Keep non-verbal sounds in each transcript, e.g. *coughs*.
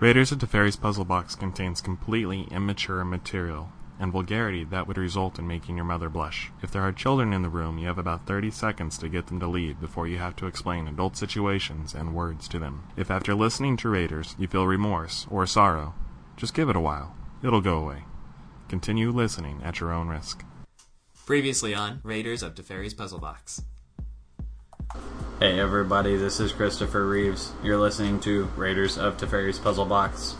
Raiders of Teferi's puzzle box contains completely immature material and vulgarity that would result in making your mother blush. If there are children in the room, you have about 30 seconds to get them to leave before you have to explain adult situations and words to them. If after listening to Raiders you feel remorse or sorrow, just give it a while. It'll go away. Continue listening at your own risk. Previously on Raiders of Teferi's Puzzle Box. Hey everybody, this is Christopher Reeves. You're listening to Raiders of Teferi's Puzzle Box.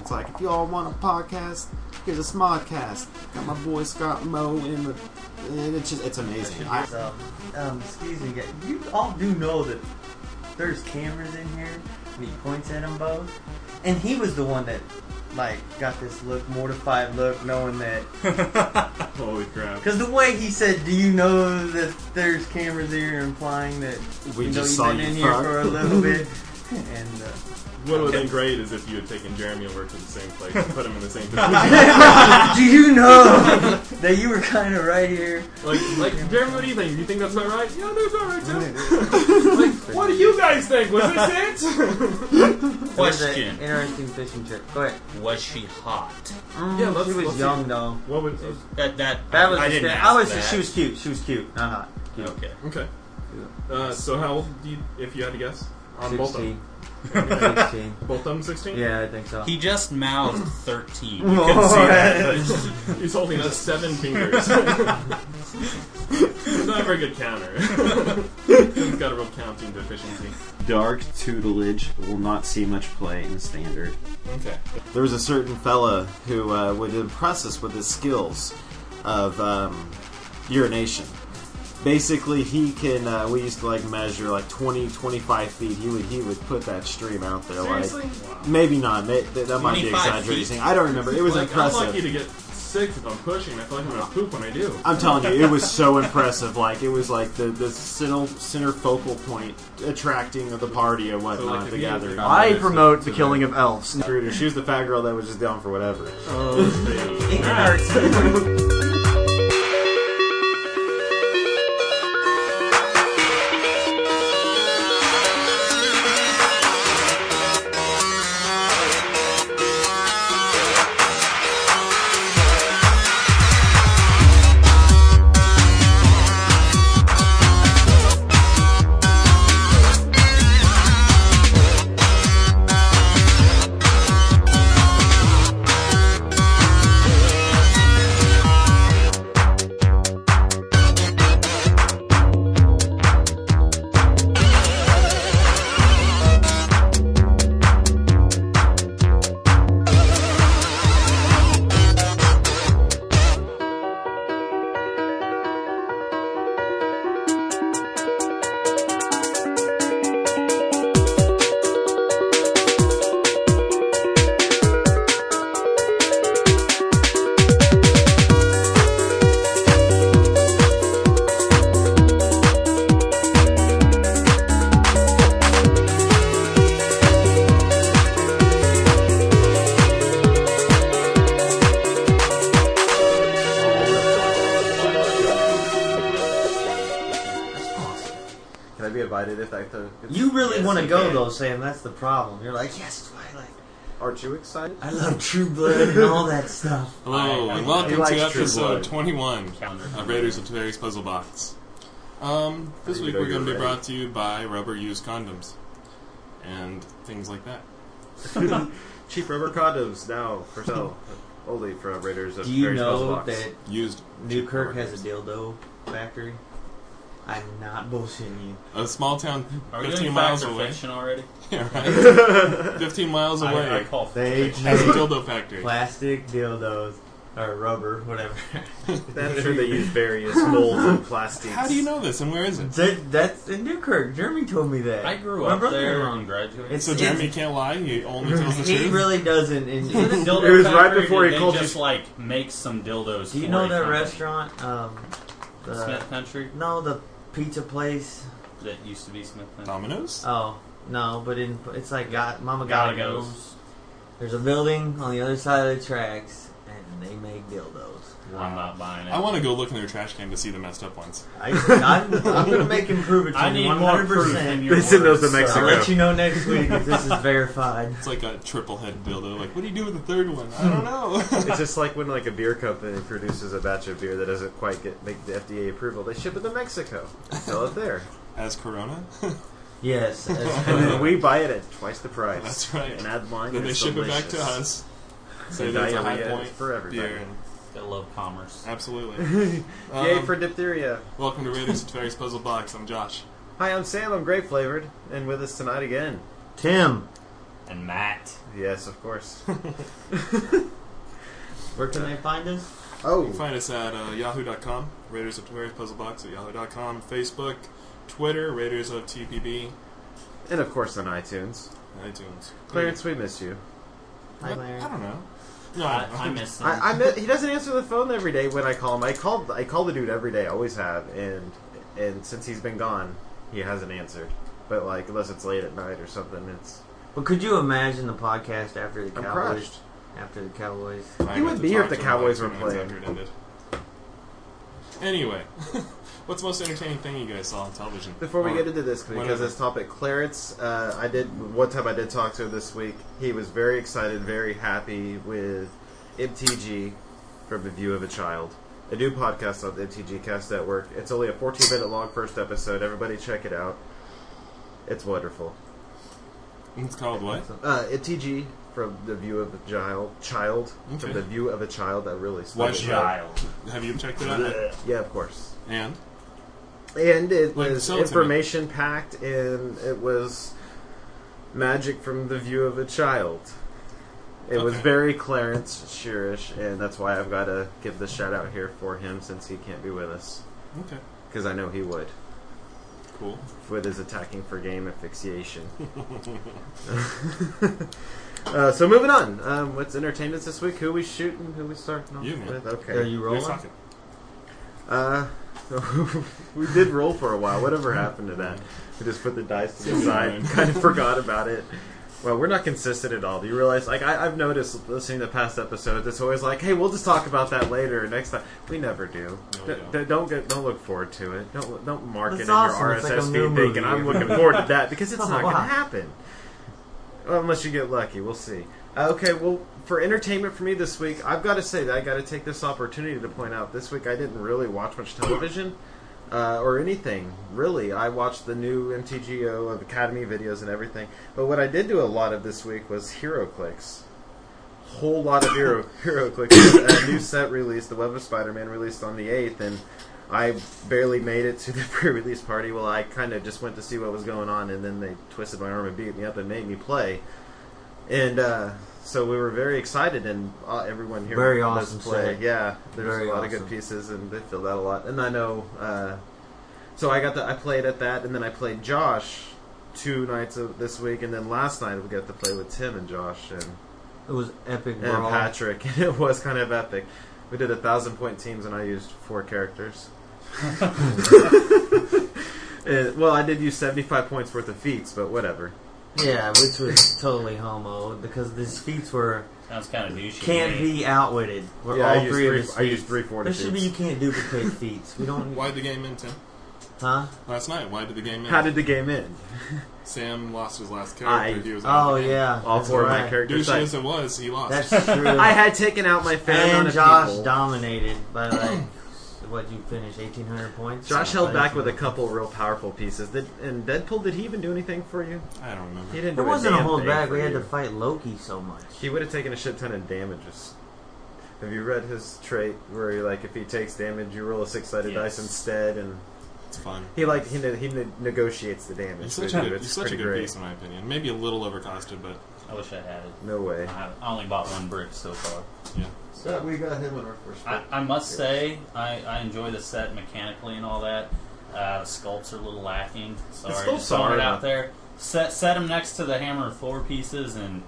It's like if y'all want a podcast, here's a Smodcast. Got my boy Scott Moe in the. And it's just it's amazing. I, So, um, excuse me, guys. You all do know that there's cameras in here. And he points at them both, and he was the one that, like, got this look, mortified look, *laughs* knowing that. Holy crap. Because the way he said, "Do you know that there's cameras here?" implying that We you know, just you've saw been you in here fuck. for a little bit, *laughs* and. Uh, What would have been great is if you had taken Jeremy over to the same place and put him in the same position. uh, *laughs* Do you know that you were kind of right here? like, like, Jeremy, what do you think? Do *laughs* you think that's not right? Yeah, that's not right too. like, what do you guys think? Was *laughs* this it? There's an Question. Interesting fishing trip. Go ahead. Was she hot? Mm, Yeah, let's- she was let's see. young though. what was? That that That was I the didn't sta- ask I was. that. She was cute. She was cute. Uh-huh. Not hot. Okay. Okay. Uh, so how old do you, if you had to guess on both of them? 16. 16. Both of them, sixteen. Yeah, I think so. He just mouthed *clears throat* 13. *laughs* You Whoa. can see that. He's holding up seven fingers. He's not a very good counter. He's got a real counting deficiency. Dark tutelage will not see much play in standard. Okay. There was a certain fella who uh, would impress us with his skills of um, urination. Basically, he can. Uh, we used to like measure like 20, 25 feet. He would he would put that stream out there. Seriously? Like maybe not. May, that, that might be 25 exaggerating. feet. I don't remember. It was like, impressive. I'm lucky to get six if I'm pushing. I feel like I'm gonna poop when I do. I'm telling you, it *laughs* was so impressive. Like it was like the the center, center focal point, attracting of the party and So, like, whatnot, if the you- gathering. I promote the killing of elves. Intruder. She was the fat girl that was just down for whatever. It hurts. Can I be invited if I throw? You really want to go though, Sam. That's the problem. You're like, yes, Twilight. Aren't you excited? I love True Blood and all that stuff. Hello, and welcome likes to True episode Blood. 21 of Raiders of Teferi's Puzzle Box. Um, this You week know we're you're going to be ready. brought to you by rubber used condoms and things like that. Cheap rubber condoms now for sale. *laughs* Only from Raiders of Do you Fairy's Puzzle know Box. *laughs* that Used Newkirk has a dildo factory? I'm not bullshitting you. a small town Are we 15 doing miles facts or away. fiction already? *laughs* Yeah, *laughs* right? 15 miles away I, I call They has a make dildo factory. plastic dildos or rubber, whatever. *laughs* I'm sure they use *laughs* various molds and plastics. How do you know this and where is it? that, that's in Newkirk. Jeremy told me that. I grew My up brother- there and graduated. It's So Jeremy can't lie, he only tells the He truth. really doesn't. *laughs* And Is it's- a dildo It was right factory, or before did he they called just like make some dildos. Do you for know a that company? restaurant? Um, the- Smith Country no, the pizza place. that used to be Smith Country. Domino's? Oh no, but in it's like God, Mama Gotta Gotta goes. Goes. There's a building on the other side of the tracks and they make dildos. I'm not buying it. I want to go look in their trash can to see the messed up ones. *laughs* I, I'm, I'm going to make him prove it to I you need 100%. more proof than your They send those to words, Mexico. I'll let you know next week if this is verified. It's like a triple head dildo. Like, what do you do with the third one? I don't know. *laughs* It's just like when like a beer company produces a batch of beer that doesn't quite get make the FDA approval. They ship it to Mexico, sell *laughs* it there, As Corona, *laughs* *laughs* Yes. as- and then we buy it at twice the price. That's right. And add wine. then they it's ship it back to delicious. us. Say And that's a high diarrhea point for everybody. beer. And, I love commerce. absolutely. *laughs* Yay Um, for diphtheria. Welcome to Raiders of Fairies Puzzle Box. I'm Josh. Hi, I'm Sam. I'm grape flavored, and with us tonight again. Tim. And Matt. Yes, of *laughs* course. Where can they find us? You can Oh, find us at uh, yahoo.com, Raiders of Fairies Puzzle Box at yahoo.com, Facebook, Twitter, Raiders of TPB, and of course on iTunes. and iTunes. Clarence, we miss you. I, I don't know. No, I, don't know. I miss them. I, I met, he doesn't answer the phone every day when I call him. I call I call the dude every day, I always have, and and since he's been gone, he hasn't answered. But like unless it's late at night or something, it's But could you imagine the podcast after the I'm Cowboys? crushed. After the Cowboys. I He got would to be here talk if to the him about Cowboys two were minutes playing. after it ended. *laughs* Anyway, what's the most entertaining thing you guys saw on television? Before we Or- get into this, because whatever. this topic, Clarence, uh, I did one time I did talk to him this week. He was very excited, very happy with MTG from the view of a child, a new podcast on the MTG Cast Network. It's only a 14 minute long first episode. Everybody check it out. It's wonderful. It's called what? Uh, MTG from the view of a child, child Okay. from the view of a child. That really Why stuck should out. Child. Have you checked it out? Yeah, of course. and and it Like, was sell it to me. information packed and it was magic from the view of a child it was Okay. very clarence sheerish and that's why i've got to give the shout out here for him since he can't be with us okay, because i know he would cool. with his attacking for game asphyxiation *laughs* *laughs* uh, so moving on um, what's entertainments this week who we shooting who we starting off You, man. with Are okay you Who's rolling? talking? uh, *laughs* we did roll for a while. Whatever happened to that? We just put the dice to the side, kind of *laughs* forgot about it. Well, we're not consistent at all. Do you realize? Like, I, I've noticed listening to past episodes, it's always like, "Hey, we'll just talk about that later, next time." We never do. No, we D- don't. d- don't get, don't look forward to it. Don't don't mark Oh, That's it in awesome. your It's like a RSS new feed movie. thinking I'm looking forward to that because it's Oh, not going wow. to happen. Well, unless you get lucky, we'll see. Uh, Okay, well, for entertainment for me this week, I've got to say that I got to take this opportunity to point out this week I didn't really watch much television uh, or anything really. I watched the new MTGO of uh, Academy videos and everything, but what I did do a lot of this week was hero clicks. Whole lot of hero *laughs* hero clicks. A new set released, the Web of Spider-Man released on the eighth, and I barely made it to the *laughs* pre-release party. Well, I kind of just went to see what was going on, and then they twisted my arm and beat me up and made me play. And uh, so we were very excited, and uh, everyone here Very let us awesome play. set. Yeah, there's Very a lot of awesome. good pieces, and they filled out a lot. And I know, uh, so I got the, I played at that, and then I played Josh two nights of this week, and then last night we got to play with Tim and Josh and It was epic, and bro. Patrick, *laughs* and it was kind of epic. We did a thousand point teams, and I used *laughs* four characters. Uh, well, I did use seventy five points worth of feats, but whatever. Yeah, which was totally homo because these feats were Sounds kind of douchey. to can't me. be outwitted. We're Yeah, all I used three, three. of us. I used three forty There should be feats. you can't *laughs* duplicate feats. We don't. Why did the game end, Tim? Huh? Last night, why did the game end? How did the game end? Sam lost his last I- character. he was out Oh of the game. yeah. All that's four of my right. Douche characters. died. as it was, he lost. *laughs* That's true. I had taken out my fan on and a Josh people. dominated by *clears throat* like what you finish eighteen hundred points. Josh held back with a It couple real powerful pieces. Did, and Deadpool, did he even do anything for you? I don't remember. He didn't. do wasn't a damn hold thing back. for We had you. to fight Loki so much. He would have taken a shit ton of damages. Have you read his trait where he, like if he takes damage, you roll a six-sided Yes. dice instead, and It's fun. he like he ne- he ne- negotiates the damage. He's with such a you. good, It's he's such a pretty good great. piece, in my opinion. Maybe a little overcosted, but I wish I had it. No way. I have- I only bought one brick so far. So we got him on our first. I, I must say, I, I enjoy the set mechanically and all that. Uh, sculpts are a little lacking. Sorry, still just throwing solid. it out there. Set set them next to the hammer floor pieces, and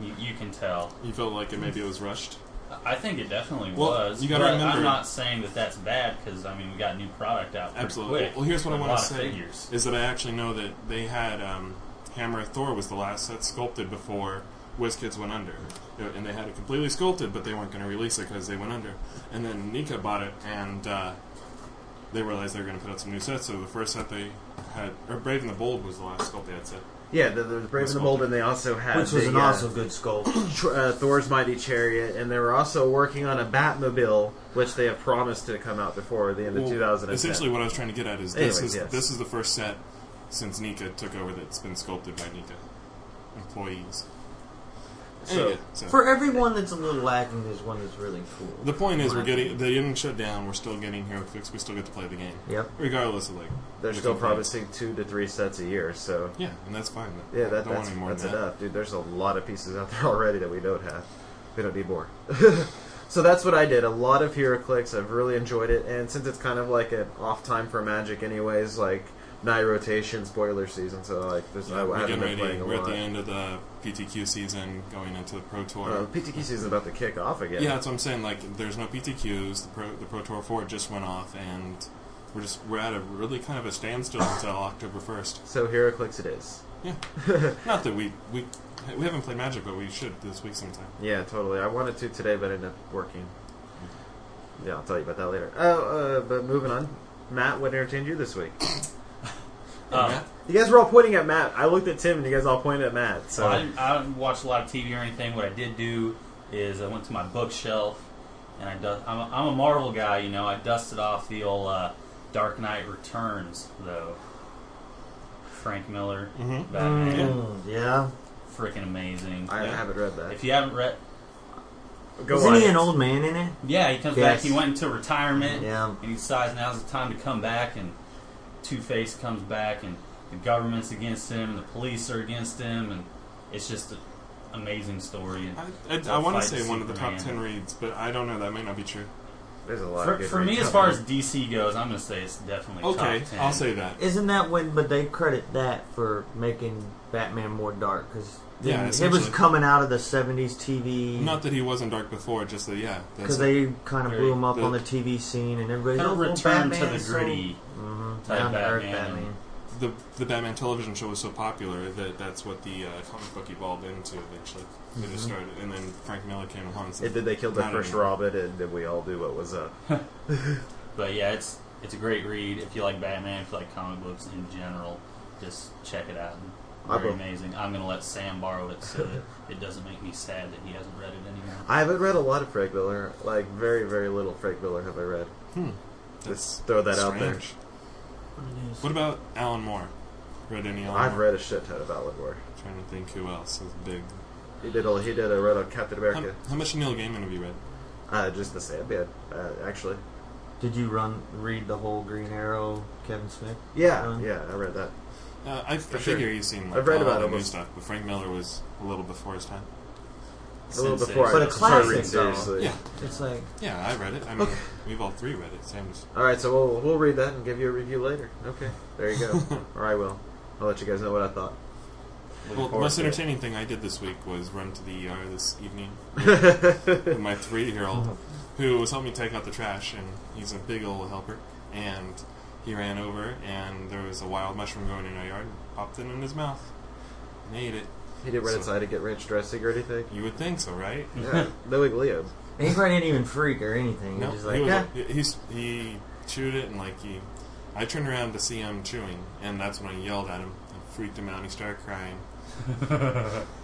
you, you can tell. you felt like it maybe it was rushed. I think it definitely Well, was. you gotta but remember- I'm not saying that that's bad because I mean we got new product out pretty Absolutely. quick. Well, here's what I A want lot to of say Figures. is that I actually know that they had um, Hammer of Thor was the last set sculpted before WizKids went under. You know, And they had it completely sculpted, but they weren't going to release it because they went under. And then Nika bought it, and uh, they realized they were going to put out some new sets. So the first set they had, or Brave and the Bold was the last sculpt they had set. Yeah, the, the Brave and the Bold, and they also had Which was the, an uh, also good sculpt. Tr- uh, Thor's Mighty Chariot, and they were also working on a Batmobile, which they have promised to come out before the end of Well, 2010. Essentially, what I was trying to get at is this Anyways, is yes. this is the first set since Nika took over that's been sculpted by Nika employees. So- Anyway, so- For everyone that's a little lacking, there's one that's really cool. the point is, we're getting they didn't shut down. We're still getting hero clicks. We still get to play the game, Yep. regardless of like They're the still complaints. promising two to three sets a year, so Yeah, and that's fine. Though. yeah, that, don't want that's, any more that's than that. enough, dude. There's a lot of pieces out there already that we don't have. We don't need more. *laughs* so that's what I did. A lot of hero clicks. I've really enjoyed it, and since it's kind of like an off time for Magic, anyways, like night rotation, spoiler season, so like there's I, we're haven't getting been ready. playing a We're at lot. the end of the PTQ season, going into the Pro Tour. Uh, PTQ season's about to kick off again. Yeah, that's what I'm saying. Like, there's no PTQs. The Pro, the Pro Tour Four just went off, and we're just we're at a really kind of a standstill until October 1st. So hero clicks it is. Not that we we we haven't played Magic, but we should this week sometime. Yeah, totally. I wanted to today, but ended up working. Yeah, I'll tell you about that later. Oh, uh, but moving on. Matt, what entertained you this week? Yeah. Uh, You guys were all pointing at Matt. I looked at Tim, and you guys all pointed at Matt. So well, I, didn't, I don't watch a lot of TV or anything. What I did do is I went to my bookshelf and I dust, I'm, a, I'm a Marvel guy, you know. I dusted off the old uh, Dark Knight Returns though. Frank Miller, Mhm. Batman, Mm, yeah. freaking amazing. I Yeah. haven't read that. If you haven't read, Go Isn't on. he an old man in it? yeah, he comes Yes. back. He went into retirement. Yeah. and he decides now's the time to come back and Two Face comes back and the government's against him and the police are against him and it's just an amazing story and I, I, Or want fight to say one of the top Superman. ten reads, but I don't know. That may not be true. There's a lot for, of good for me reads as far out as DC goes I'm gonna say it's definitely Okay, top 10 I'll say that. Isn't that when? But they credit that for making Batman more dark because Yeah, it was essentially. coming out of the '70s TV. Not that he wasn't dark before, just that yeah. because That's it. they kind of Very- blew him up the- on the TV scene, and everybody's kind of like, "Well, return to Batman's the gritty So, Mhm, type down to earth Batman. Batman. the the Batman television show was so popular that that's what the uh, comic book evolved into eventually. They Mm-hmm. just started, and then Frank Miller came along. And there. said, And then they killed the Not first anymore. Robin, and then we all knew what was uh, up. but yeah it's it's a great read if you like Batman if you like comic books in general just check it out I very will. amazing I'm gonna let Sam borrow it so that it doesn't make me sad that he hasn't read it anymore I haven't read a lot of Frank Miller. Like very, very little Frank Miller have I read. "Hmm, That's Throw that out there. strange. What about Alan Moore? Read any Alan I've Moore? read a shit ton of Alan Moore. Trying to think who else is big. He did a he did a read on Captain How, Um, America. how much Neil Gaiman have you read? Uh, just the Sandman, uh, actually. Did you run read the whole Green Arrow, Kevin Smith? Yeah, Um, yeah, I read that. Uh, I, I sure. figure you've seen. Like, I've all read about the new almost- stuff, but Frank Miller was a little before his time. A little Since before it's- I But a started reading classic, though. seriously. Yeah, It's like yeah, I read it. I mean, we've all three read it. Sam's All right, so we'll we'll read that and give you a review later. Okay, there you go. *laughs* or I will. I'll let you guys know what I thought. Well, the forward most to it. entertaining thing I did this week was run to the ER this evening with *laughs* my three-year-old, who was helping me take out the trash, and he's a big old helper. And he ran over, and there was a wild mushroom growing in our yard, and popped it in his mouth, and ate it. *laughs* He didn't run So- inside to get ranch dressing or anything. *laughs* You would think so, right? Yeah, knowing Leo. he probably didn't even freak or anything. No, He's just like, he, was, yeah, he's, he chewed it, and like he, I turned around to see him chewing, and that's when I yelled at him and freaked him out, and he started *laughs* crying.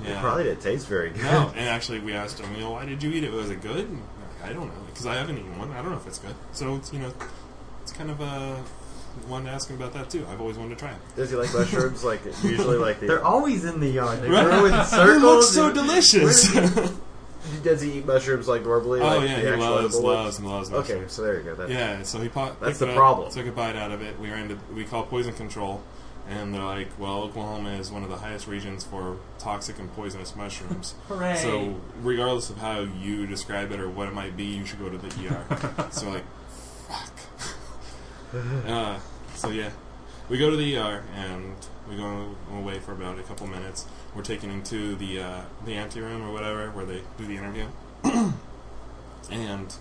It probably didn't taste very good. No, and actually, we asked him, you know, why did you eat it? Was it good? And like, I don't know, because I haven't eaten one. I don't know if it's good. So it's you know, it's kind of a one to ask him about that too. I've always wanted to try it. *laughs* Does he like mushrooms? like usually, like the, they're always in the *laughs* yard. They Right. grow in It looks circles. so delicious. Does he eat mushrooms like *laughs* normally? oh like, yeah, the he actual loves, edible loves, ones? and loves. Okay, mushrooms. so there you go. That, *laughs* Yeah, so he pot. picked That's the it up, problem. took a bite out of it. We ran to we call poison control, and they're like, well, Oklahoma is one of the highest regions for toxic and poisonous mushrooms. Hooray. So regardless of how you describe it or what it might be, you should go to the ER. so like, fuck. *laughs* uh, so yeah, we go to the ER and we go away for about a couple minutes. We're taken into the uh, the ante room or whatever where they do the interview, *clears throat* and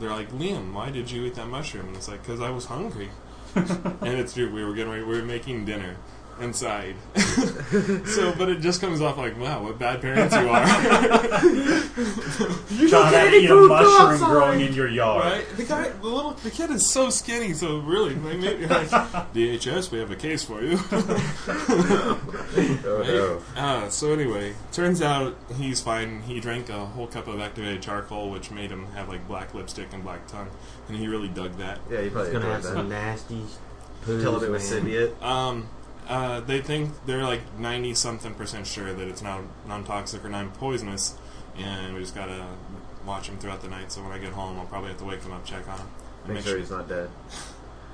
they're like, Liam, why did you eat that mushroom? And it's like, because I was hungry. and it's true. We were getting ready. We were making dinner. inside. *laughs* so, but it just comes off like, wow, what bad parents you are, *laughs* John, I eat a mushroom growing in your yard. right? The guy, the little, the kid is so skinny. So really, like, maybe like *laughs* DHS, we have a case for you. Oh, Right? Uh, so anyway, turns out he's fine. He drank a whole cup of activated charcoal, which made him have like black lipstick and black tongue, and he really dug that. Yeah, you probably It's gonna enjoyed have that. some nasty poos, Tell it was man. symbiote. Um, uh, they think they're like ninety something percent sure that it's not non toxic or non poisonous, and we just gotta watch him throughout the night. So when I get home, I'll probably have to wake him up, check on him, and Make sure he's not dead.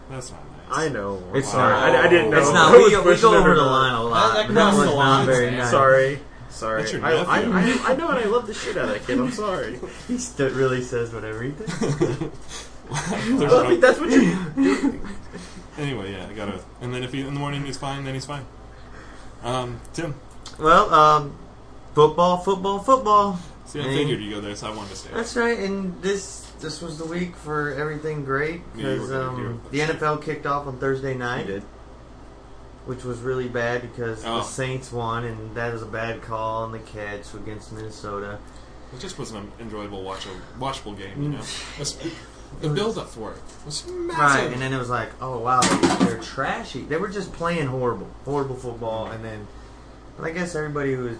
that's not I nice. know. It's sorry. not- I, I didn't know. It's I not. was We, go- we pushing go over everybody. the line a lot. that but that crosses one's the not line. very Yeah. nice. *laughs* Sorry. Sorry. That's your I, I, nephew. I, I know and I love the shit out of that kid. I'm *laughs* sorry. He st- really says whatever he thinks. *laughs* *laughs* There's Well, I no- mean, that's what *laughs* you. anyway, yeah, I gotta. And then if he in the morning he's fine, then he's fine. Um, Tim, Well, um, football, football, football. see, I Hey. figured you go there, so I wanted to stay. That's right, and this this was the week for everything great Yeah, you were because gonna um, do the it. NFL kicked off on Thursday night, did. which was really bad because Oh. the Saints won, and that was a bad call on the catch against Minnesota. It just was an enjoyable watch watchable game, Mm. you know. It's- the build up for it was Right, massive. and then it was like, oh wow, they're, they're trashy. They were just playing horrible, horrible football, and then well, I guess everybody who was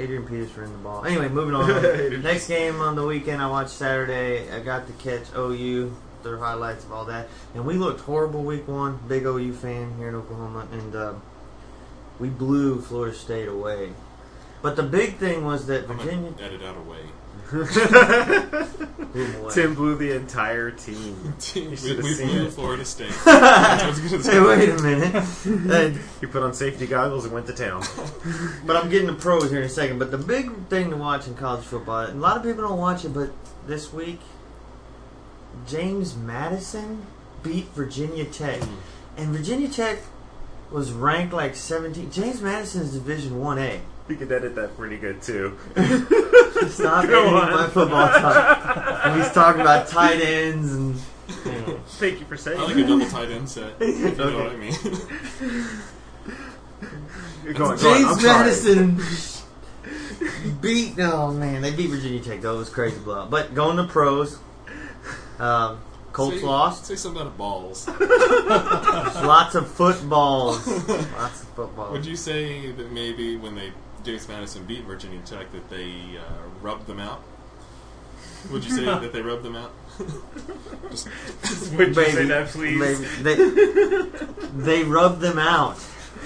Adrian Peters ran the ball. Anyway, moving on. Next game on the weekend, I watched Saturday. I got to catch OU, their highlights of all that, and we looked horrible week one. Big OU fan here in Oklahoma, and uh, we blew Florida State away. But the big thing was that I'm Virginia gonna edit out *laughs* away. blew them away. Tim blew the entire team. we should've we seen blew it. Florida *laughs* State. That's what I was gonna *laughs* Hey, say. wait a minute. Uh, He put on safety goggles and went to town. But I'm getting the pros here in a second. But the big thing to watch in college football, and a lot of people don't watch it, but this week, James Madison beat Virginia Tech, Hmm. and Virginia Tech was ranked like 17. James Madison is Division One A. You could edit that pretty good *laughs* too. Stop *laughs* Go editing on. my football talk. And he's talking about tight ends and Thank you *laughs* for saying I like that. a double tight end set. If you know what I mean. Go on, go on, I'm James sorry. Madison beat. Oh man, they beat Virginia Tech. though. It was a crazy blowout. But going to pros, um, *laughs* Colts say, lost. Say something about balls. Lots of footballs. Lots of Would footballs. you say that maybe when they James Madison beat Virginia Tech that they uh, rubbed them out? Would *laughs* you say that they rubbed them out? Just Would you say that, please? Maybe. They, they rubbed them out.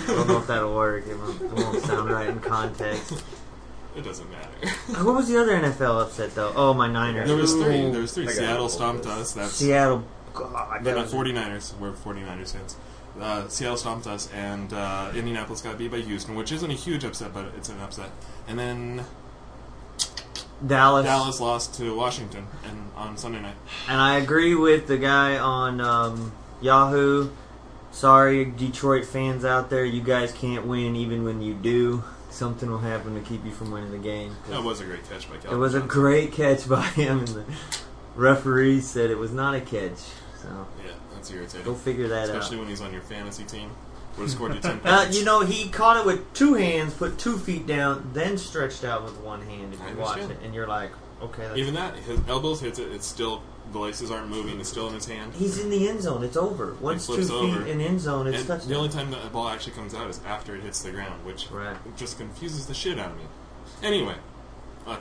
I don't know if that'll work. It won't, it won't sound right in context. Uh, it doesn't matter. *laughs* What was the other NFL upset though? Oh, my Niners. There was three. Ooh. There was three. I gotta Seattle hold stomped this. us. That's Seattle. God, They're not that was 49ers. We're 49ers fans. Uh, Seattle stomped us, and uh, Indianapolis got beat by Houston, which isn't a huge upset, but it's an upset. And then Dallas. Dallas lost to Washington and on Sunday night. And I agree with the guy on um, Yahoo. Sorry, Detroit fans out there, you guys can't win even when you do. Something will happen to keep you from winning the game. That was a great catch by Calvin. It was a Johnson. great catch by him, and the referee said it was not a catch. So Yeah, that's go irritating. figure that Especially out. when he's on your fantasy team. Would have scored you *laughs* 10 Uh, points. you know, he caught it with two hands, put two feet down, then stretched out with one hand. If I you watch it, understand. and you're like, okay, that's Even that, his elbows hits it, it's still, the laces aren't moving, it's still in his hand. he's in the end zone. It's over. Once two flips feet over. in end zone, it's And touchdown. the only time that the ball actually comes out is after it hits the ground, which Right. just confuses the shit out of me. Anyway, uh,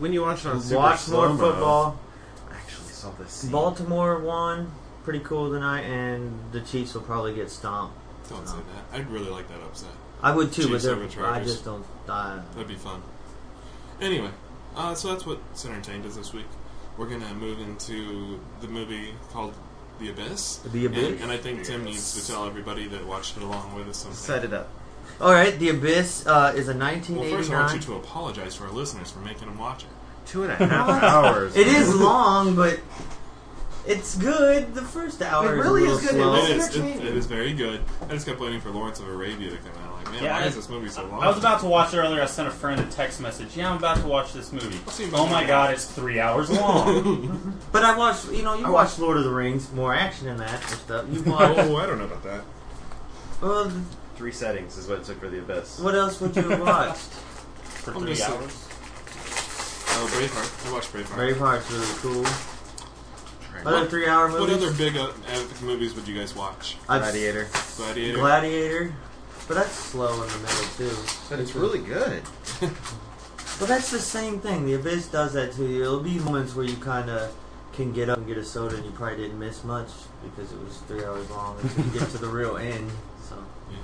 When you watch it on super Watch more slow-mo, football. I actually saw this. Scene. Baltimore won pretty cool tonight, and the Chiefs will probably get stomped. don't say that. I'd really like that upset. I would too, Chiefs over but they're- I Chargers. just don't. uh, I, That'd be fun. Anyway, uh, so that's what's entertained us this week. We're gonna move into the movie called The Abyss. The Abyss? And, and I think Tim needs to tell everybody that watched it along with us something. Set it up. all right, the Abyss uh, is a well, first I want you 1989. to apologize to our listeners for making them watch it. Two and a half hours. it is long, but it's good. The first hour It really is, a is little good. Oh, It slow. was it, is, it, entertaining. it is very good. I just kept waiting for Lawrence of Arabia to come out. Like, man, Yeah, why I- is this movie so long? I was about to watch it earlier. I sent a friend a text message. Yeah, I'm about to watch this movie. I'll see you Oh about my that. god, it's three *laughs* hours long. But I watched, you know, you I Oh. watched Lord of the Rings, more action in that and stuff. You watched, oh, I don't know about that. Well, Three settings is what it took for the abyss. what else would you have watched? for I'm three just- hours. Oh, Braveheart. I watched Braveheart. Braveheart's really cool. Other three hour What movies? other big uh, epic movies would you guys watch? I've- Gladiator. Gladiator. Gladiator. But that's slow in the middle too. But it's really good. But that's the same thing. The Abyss does that to you. It'll be moments where you kind of can get up and get a soda, and you probably didn't miss much because it was three hours long until you get to *laughs* the real end. So, Yeah.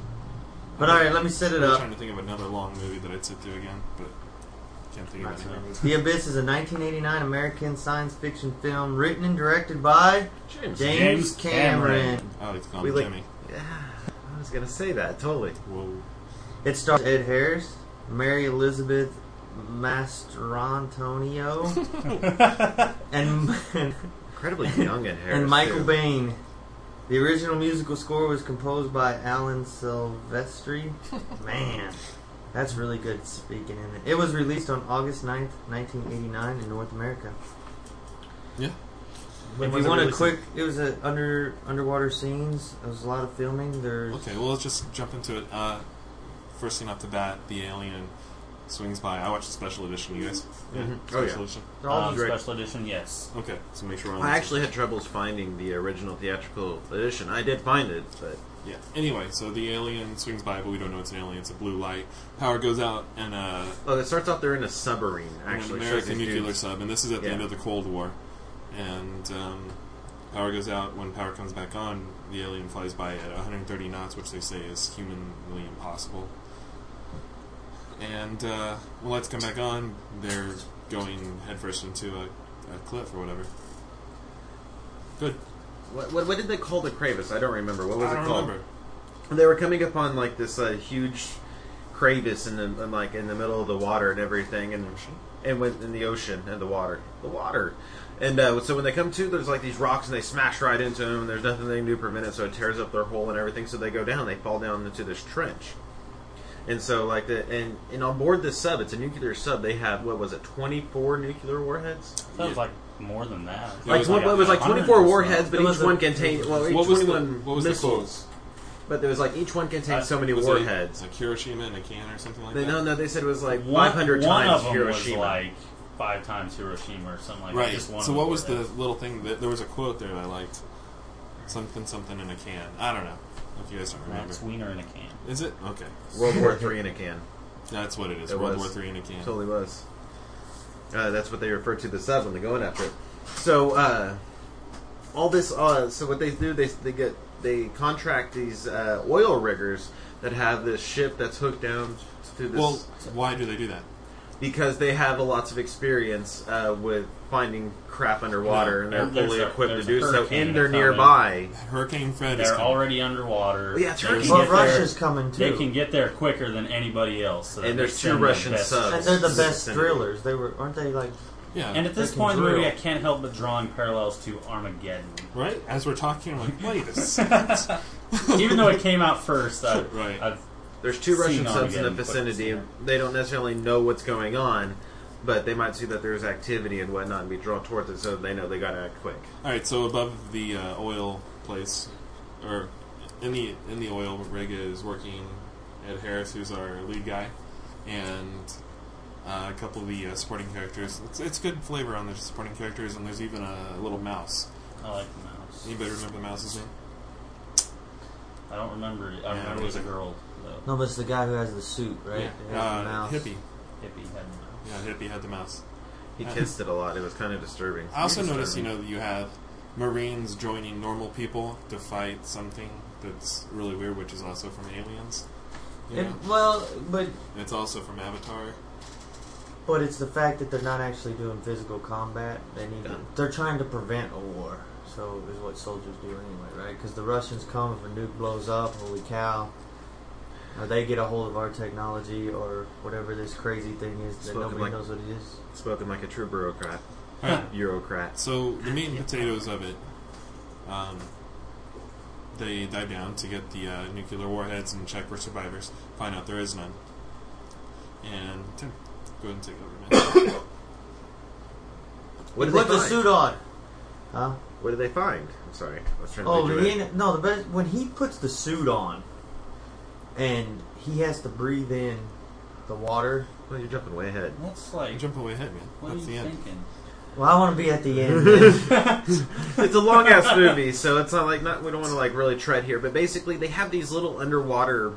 but all right, let me set it I'm up. trying to think of another long movie that I'd sit through again, but can't think of Not it so now. many. The Abyss is a 1989 American science fiction film written and directed by James, James Cameron. Cameron. Oh, it's called We like- Jimmy. Yeah, I was gonna say that totally. Whoa. It stars Ed Harris, Mary Elizabeth *laughs* Mastrantonio, and, and Incredibly *laughs* young and Harris and Michael too. Bain. The original musical score was composed by Alan Silvestri. Man, that's really good speaking in it. It was released on August 9th, 1989 in North America. Yeah. if was you it want a released? quick, it was a under underwater scenes. There was a lot of filming. There's Okay, well, let's just jump into it. Uh, first thing off the bat, the alien swings by. I watched the special edition, you guys. Yeah. Oh, Special yeah. edition. all Um, these- great. special edition, yes. Okay, so make sure we're on I this actually had troubles finding the original theatrical edition. I did find it, but Yeah. Anyway, so the alien swings by, but we don't know it's an alien. It's a blue light. Power goes out, and uh, oh, it starts off they're in a submarine. Actually, an It shows American these nuclear dudes- sub, and this is at the Yeah. end of the Cold War. And um, power goes out. When power comes back on, the alien flies by at 130 knots, which they say is humanly impossible. And uh, when lights come back on, they're going headfirst into a, a cliff or whatever. Good. What, what, what did they call the Kravis? I don't remember. What was I it don't called? remember. They were coming upon like this uh, huge Kravis in the in, like in the middle of the water and everything, and and went in the ocean and the water, the water. And uh, so when they come to, there's like these rocks and they smash right into them. And there's nothing they can do to prevent it, so it tears up their hole and everything. So they go down, they fall down into this trench. And so like the and and on board this sub, it's a nuclear sub. They have what was it, 24 nuclear warheads? That was like more than that. It Like was one, like it was like 24 warheads, but It was each a- one contained well, each What was the, one what was the missiles. quote? But there was like each one contained Uh, so many Was it warheads. Like Hiroshima and a can or something like They, that? no, no, they said it was like One- 500 one times of them Hiroshima. was like five times Hiroshima or something like that. Right. Just one So of what them was the there. little thing that there was a quote there that I liked? Something something in a can. I don't know. If you guys don't remember. That's wiener in a can. Is it? Okay. *laughs* World *laughs* War Three in a can. That's what it is. It World was. War Three in a can. Totally was. Uh, that's what they refer to the sub when they're going after it. So uh, all this. Uh, so what they do, they they get they contract these uh, oil riggers that have this ship that's hooked down to this Well, why do they do that? because they have a lots of experience uh, with finding crap underwater Yeah, and they're there's fully a- equipped to there's a do so, hurricane and they're coming. nearby. Hurricane Fred is They're coming. already underwater. Oh, yeah, They Turkey. can well, get there- Russia's coming too. They can get there quicker than anybody else. So And they there's two send their Russian best- subs. And they're the best Send it. drillers. They were, aren't they? Like, Yeah. And at this They can point in the movie, drill. I can't help but drawing parallels to Armageddon. *laughs* right? As we're talking, I'm like, wait a second. Even though it came out first, *laughs* I, Right. I've, There's two Seen Russian subs in the Armageddon, but- vicinity. They don't necessarily know what's going on, but they might see that there's activity and whatnot and be drawn towards it, so they know they gotta act quick. All right. So above the uh, oil place, or in the in the oil rig is working Ed Harris, who's our lead guy, and uh, a couple of the uh, supporting characters. It's, it's good flavor on the supporting characters, and there's even a little mouse. I like the mouse. Anybody remember the mouse's name? I don't remember. it. I Yeah, remember it it was a was a- girl, though. no, but it's the guy who has the suit, right? He has the Uh, mouse. hippie. Hippie had the mouse. Yeah, hippie had the mouse. He Yeah. kissed it a lot. It was kind of disturbing. I also Disturbing. noticed, you know, that you have Marines joining normal people to fight something that's really weird, which is also from Aliens. You It- know? well, but It's also from Avatar. but it's the fact that they're not actually doing physical combat. They need. Yeah. They're trying to prevent a war. So is what soldiers do anyway, right? Because the Russians come if a nuke blows up, holy cow. Or they get a hold of our technology or whatever this crazy thing is that Spoken nobody like- knows what it is. Spoken like a true bureaucrat. Alright, Eurocrat. so the meat and potatoes of it, um, they dive down to get the uh, nuclear warheads and check for survivors. Find out there is none. And Tim, go ahead and take over, man. What did Put they the find? suit on. Huh? What did they find? I'm sorry. I was trying to Oh, picture he, it. no! The best when he puts the suit on, and he has to breathe in the water. Well, you're jumping way ahead. That's like, Jump away ahead, man. what are you That's the end. thinking? Well, I want to be at the *laughs* end. man. it's a long ass movie, so it's not like not we don't want to like really tread here. But basically, they have these little underwater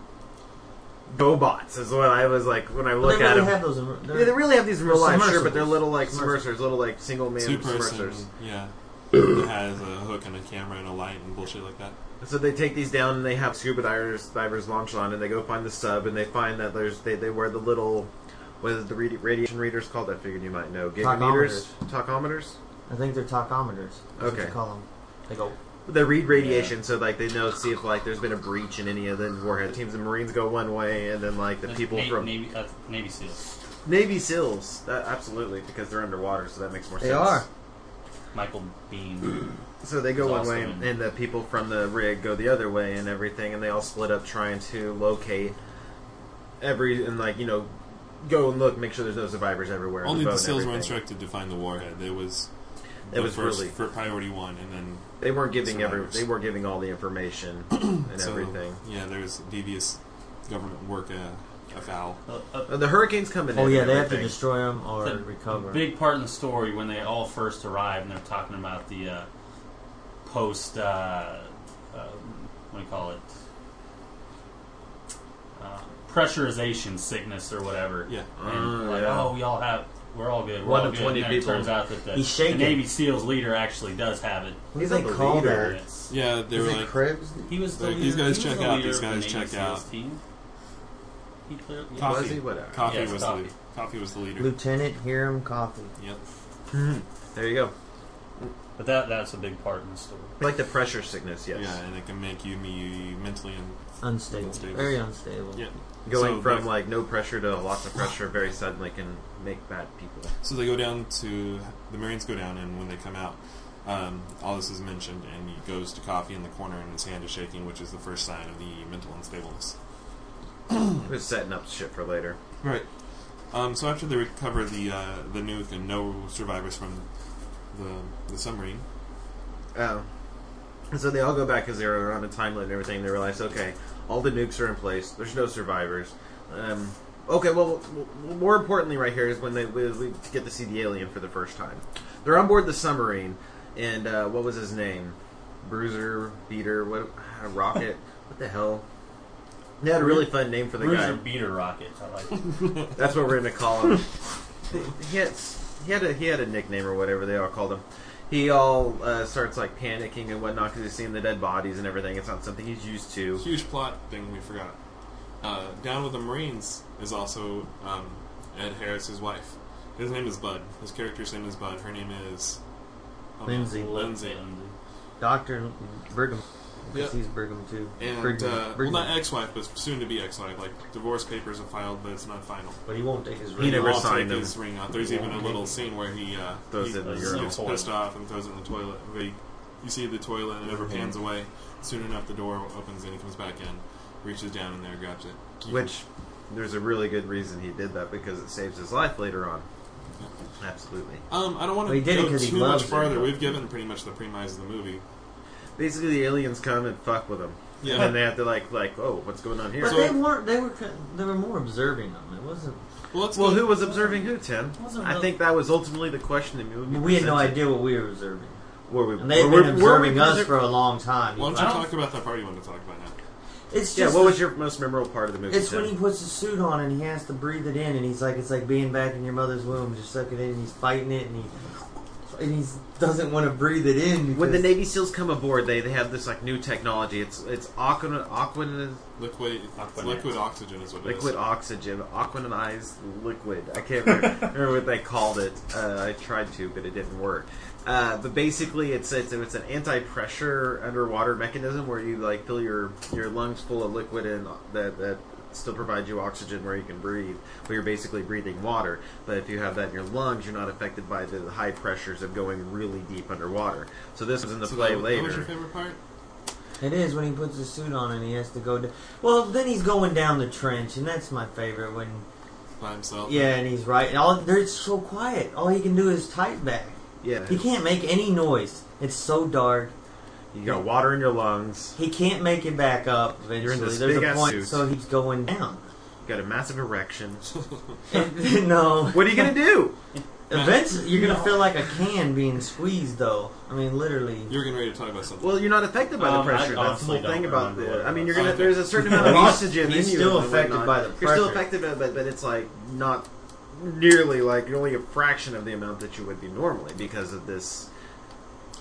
bobots, is what I was like when I Well, look they at really them. have those. in- Yeah, they they're- really have these in real life, sure, but Submersibles. they're little like Submersibles. submersers, little like single man Two person, submersers. *coughs* yeah. It has a hook and a camera and a light and bullshit like that. So they take these down and they have scuba divers, divers launch on, and they go find the sub, and they find that there's they, they wear the little what is the radi- radiation readers called? I figured you might know. Gigameters, tachometers. I think they're tachometers. That's What Okay. you call them. They go. They read radiation, so like they know see if like there's been a breach in any of the warhead teams. The Marines go one way, and then like the That's people Na- from Navy, uh, Navy SEALs. Navy SEALs, that, absolutely, because they're underwater, so that makes more They sense. are. Michael *clears throat* Bean. So they go It's one awesome. way, and the people from the rig go the other way, and everything, and they all split up trying to locate every and like you know, go and look, make sure there's no survivors everywhere. in Only the, the boat and SEALs were everything. instructed to find the warhead. It was It the was first really- for priority one, and then They weren't giving every. survivors. They were giving all the information and so, everything. Yeah, there's devious government work uh, afoul. Uh, uh, Uh, the hurricane's coming. Oh in yeah, and they have to everything. destroy them or the recover. Big part in the story when they all first arrive and they're talking about the uh, post. Uh, uh, what do you call it? Uh, pressurization sickness or whatever. Yeah. And Oh, like, yeah. oh, we all have. We're all good. We're One all of good. 20 and then it people. turns out that the, He's the shaking. Navy SEALs leader actually does have it. What do He's they not the call leader. that? It's- Yeah, they Is were it like Cribs? He was the Like, leader. these guys he was check the out, leader these of the guys Navy check SEALs out. Team. He clearly, yeah. Coffee. Was he? Whatever. coffee Yes, was coffee. the coffee was the leader. Lieutenant Hiram Coffee. Yep. There you go. But that that's a big part in the story. Like the pressure sickness. Yes. Yeah, and it can make you me mentally and Unstable. Unstable. Very unstable. yeah. Going So, from like- like no pressure to lots of pressure very suddenly can make bad people. So they go down to the Marines go down, and when they come out, um, all this is mentioned, and he goes to coffee in the corner, and his hand is shaking, which is the first sign of the mental unstableness. We're setting up shit for later. Right. Um, so after they recover the uh, the nuke and no survivors from the the submarine, Oh. And so they all go back because they're on a time limit and everything. They realize, okay, all the nukes are in place. There's no survivors. Um, okay, well, w- w- more importantly, right here is when they we, we get to see the alien for the first time. They're on board the submarine, and uh, what was his name? Bruiser, beater, what? Uh, rocket? what the hell? They had a really fun name for the guy. Bruiser beater rockets. *laughs* I like. it. That's what we're gonna call him. he, had, he had a he had a nickname or whatever they all called him. He all uh, starts like panicking and whatnot because he's seeing the dead bodies and everything. It's not something he's used to. huge plot thing we forgot. Uh, down with the Marines is also um, Ed Harris's wife. His name is Bud. His character's name is Bud. Her name is um, Lindsay. Lindsay. Doctor Brigham. Yeah. Because he's Brigham too. And Brigham, uh, well, Brigham. not ex-wife, but soon to be ex-wife. Like divorce papers are filed, but it's not final. but he won't take his He ring. never I'll signed take him. his ring out. There's even a little scene where he uh, Throws he it in the gets urinal. pissed pissed off and throws it in the toilet. But he- you see the toilet and it ever pans away. Soon enough, the door opens and he comes back in, reaches down in there, grabs it. Which there's a really good reason he did that because it saves his life later on. Absolutely. Um, I don't want Well, to he did it go 'cause he too much loves it. farther. We've given pretty much the premise of the movie. Basically, the aliens come and fuck with him, Yeah. and then they have to like like oh what's going on here? But So- they weren't. They were. kind- They were more observing them. It wasn't. Well, let's well, go- who was observing who, Tim? Wasn't I really- think that was ultimately the question the movie. We had no presented. idea what we were observing, Were we, and they've were- been were we observing us preser- for a long time. Why don't I you don't- talk about that part you want to talk about now? It's just. Yeah, what was your most memorable part of the movie? It's when Tim? he puts the suit on and he has to breathe it in, and he's like, it's like being back in your mother's womb, just sucking it, in, and he's fighting it, and he and he doesn't want to breathe it in. When the because- Navy SEALs come aboard, they, they have this like new technology. It's it's aqua, aqua Liquid, Aquanet. liquid oxygen is what it is. liquid oxygen, aquanized liquid. I can't remember, remember what they called it. Uh, I tried to, but it didn't work. Uh, but basically, it's it's it's an anti-pressure underwater mechanism where you like fill your your lungs full of liquid and that that still provides you oxygen where you can breathe. Where you're basically breathing water, but if you have that in your lungs, you're not affected by the high pressures of going really deep underwater. So this was in the So play that, later. That was your favorite part? It is when he puts his suit on and he has to go. d well, then he's going down the trench, and that's my favorite. When By himself. yeah, and he's right. And all they're so quiet. All he can do is type back. yeah, He can't make any noise. It's so dark. You got water in your lungs. He can't make it back up You're in eventually. this There's a big-ass point, suit. so he's going down. *laughs* You got a massive *laughs* erection. no. What are you gonna do? Eventually, you're gonna feel like a can being squeezed, though. I mean, literally. You're getting ready to talk about something. Well, you're not affected by Um, the pressure. I That's the whole honestly thing don't about remember the. what I mean, you're it gonna. was. There's *laughs* a certain amount of He's- oxygen. he's in you still and affected whatnot. by the You're still pressure. affected, by, but but it's like not nearly like only a fraction of the amount that you would be normally because of this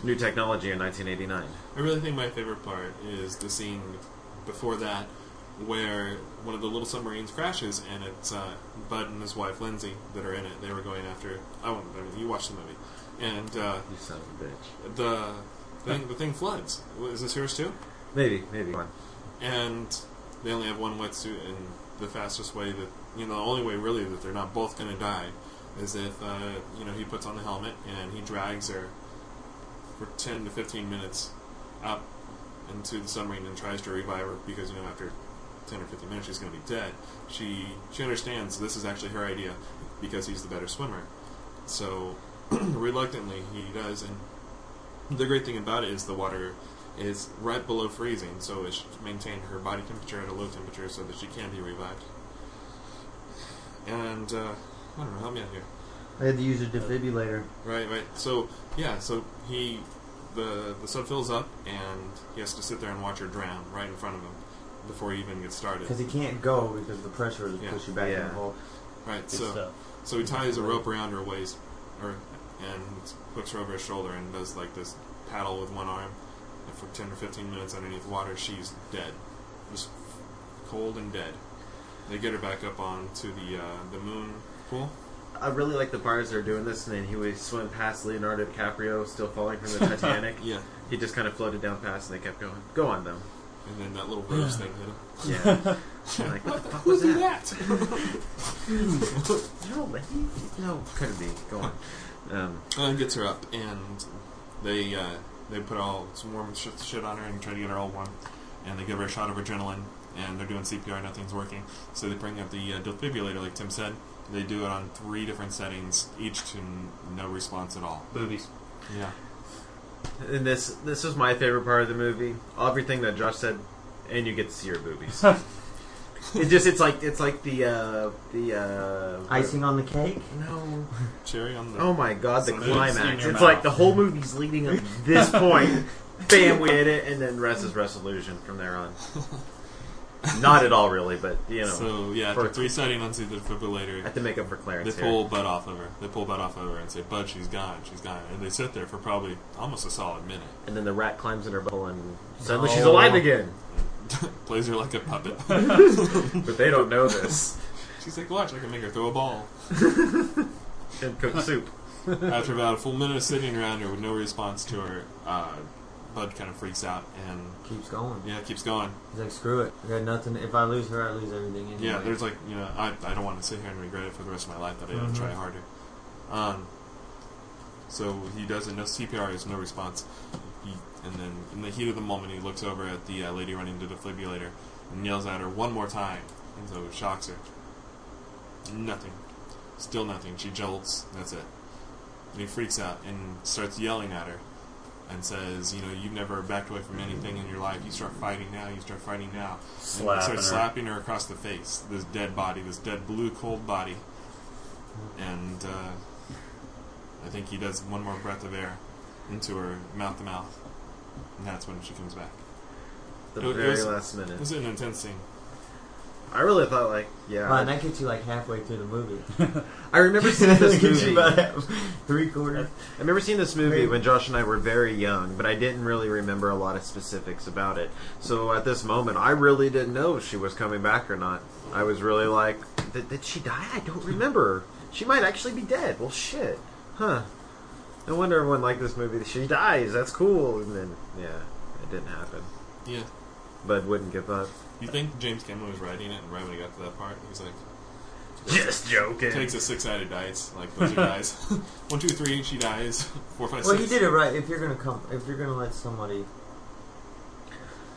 new technology in 1989. I really think my favorite part is the scene before that where one of the little submarines crashes and it's uh, Bud and his wife Lindsay that are in it. They were going after. I won't. I mean, you watched the movie, and uh, You son of a bitch. the thing the thing floods. Is this yours too? Maybe, maybe. and they only have one wetsuit, and the fastest way that you know, the only way really that they're not both going to die is if uh, you know he puts on the helmet and he drags her for ten to fifteen minutes up into the submarine and tries to revive her because you know after ten or fifteen minutes she's going to be dead. She she understands this is actually her idea because he's the better swimmer, so *clears throat* reluctantly he does and the great thing about it is the water is right below freezing, so it should maintain her body temperature at a low temperature so that she can be revived. And uh, I don't know, help me out here. I had to use a defibrillator. Right, right. So yeah, so he the the sub fills up and he has to sit there and watch her drown right in front of him before he even gets started. Because he can't go because the pressure will Yeah. push you back in Yeah. the hole. Right. Good So stuff. so he ties a rope around her waist, or and hooks her over his shoulder and does like this paddle with one arm. And for ten or fifteen minutes underneath water, she's dead, just cold and dead. They get her back up onto the uh, the moon pool. I really like the bars that are doing this, and then he would swim past Leonardo DiCaprio, still falling *laughs* from the Titanic. Yeah. He just kind of floated down past, and they kept going. Go on, though. And then that little rose thing hit him. Yeah. I'm like, what the fuck was that? No, lady? No, couldn't be. Go on. Um, Uh, gets her up, and they uh, they put all some warm sh- shit on her and try to get her all warm, and they give her a shot of adrenaline, and they're doing CPR, nothing's working. So they bring up the uh, defibrillator, like Tim said. They do it on three different settings, each to n- no response at all. Boobies. Yeah, and this this is my favorite part of the movie. Everything that Josh said, and you get to see her *laughs* boobies. it just it's like it's like the uh, the uh, Icing on the cake? No. cherry on the. Oh my god, the Some in climax! your It's mouth. like the whole movie's leading up to this *laughs* point. Bam, we hit it, and then rest is resolution from *laughs* there on. Not at all, really, but you know, so yeah, for- after three settings on the I defibrillator, have to make up for They Clarence here. pull Bud off of her. They pull Bud off of her and say, "Bud, she's gone. She's gone." And they sit there for probably almost a solid minute. And then the rat climbs in her bubble, and suddenly she's No. alive again. Plays her like a puppet. *laughs* *laughs* But they don't know this. she's like, "Watch, I can make her throw a ball." and cook soup. After about a full minute of sitting around her with no response to her, uh, Bud kind of freaks out and Keeps going. yeah, keeps going. He's like, screw it. I got nothing. If I lose her, I lose everything. Anyway. Yeah, there's like you know, I, I don't want to sit here and regret it for the rest of my life that I didn't try harder. Um, so he does it. No CPR is no response. He, and then in the heat of the moment, he looks over at the uh, lady running the defibrillator and yells at her one more time, and so it shocks her. Nothing. Still nothing. She jolts. That's it. And he freaks out and starts yelling at her and says, "You know, you've never backed away from anything in your life. You start fighting now. You start fighting now." And he Slapping her. starts slapping her across the face. This dead body. This dead blue cold body. And uh, I think he does one more breath of air into her mouth to mouth, and that's when she comes back. The It was- very it was- last It minute. was an intense scene. I really thought, like, yeah. Wow, that gets you like halfway through the *laughs* movie. I remember *laughs* seeing *laughs* this Gets you movie. about I half- Three quarters. remember seeing this movie when Josh and I were very young, but I didn't really remember a lot of specifics about it. So at this moment, I really didn't know if she was coming back or not. I was really like, did, did she die? I don't remember. She might actually be dead. Well, shit. Huh. No wonder everyone liked this movie. She dies. That's cool. And then, yeah, it didn't happen. Yeah. Bud wouldn't give up. You think James Cameron was writing it, and right when he got to that part, he's like, Just joking. takes a six-sided dice, like those are dice. *laughs* *laughs* One, two, three, she dies. *laughs* Four, five, six. Well, he did it right. If you're gonna come, if you're gonna let somebody,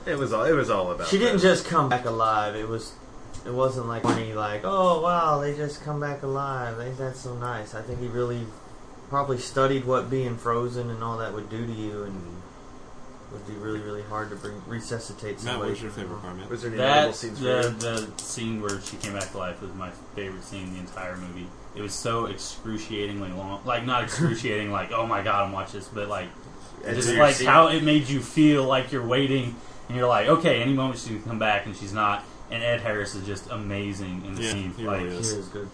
It was all. It was all about. she didn't that. just come back alive. It was, it wasn't like funny. Like, oh wow, they just come back alive. Ain't that so nice? I think he really probably studied what being frozen and all that would do to you, and would be really, really hard to bring resuscitate Matt, what somebody. was your favorite part, man? Was there any That memorable uh, scenes for you? the, the scene where she came back to life was my favorite scene in the entire movie. It was so excruciatingly long, like not excruciating, *laughs* like oh my god, I'm watching this, but like And just so you're like seeing- how it made you feel, like you're waiting and you're like, okay, any moment she can come back, and she's not. And Ed Harris is just amazing in the Yeah, scene. he like really Here is. is good.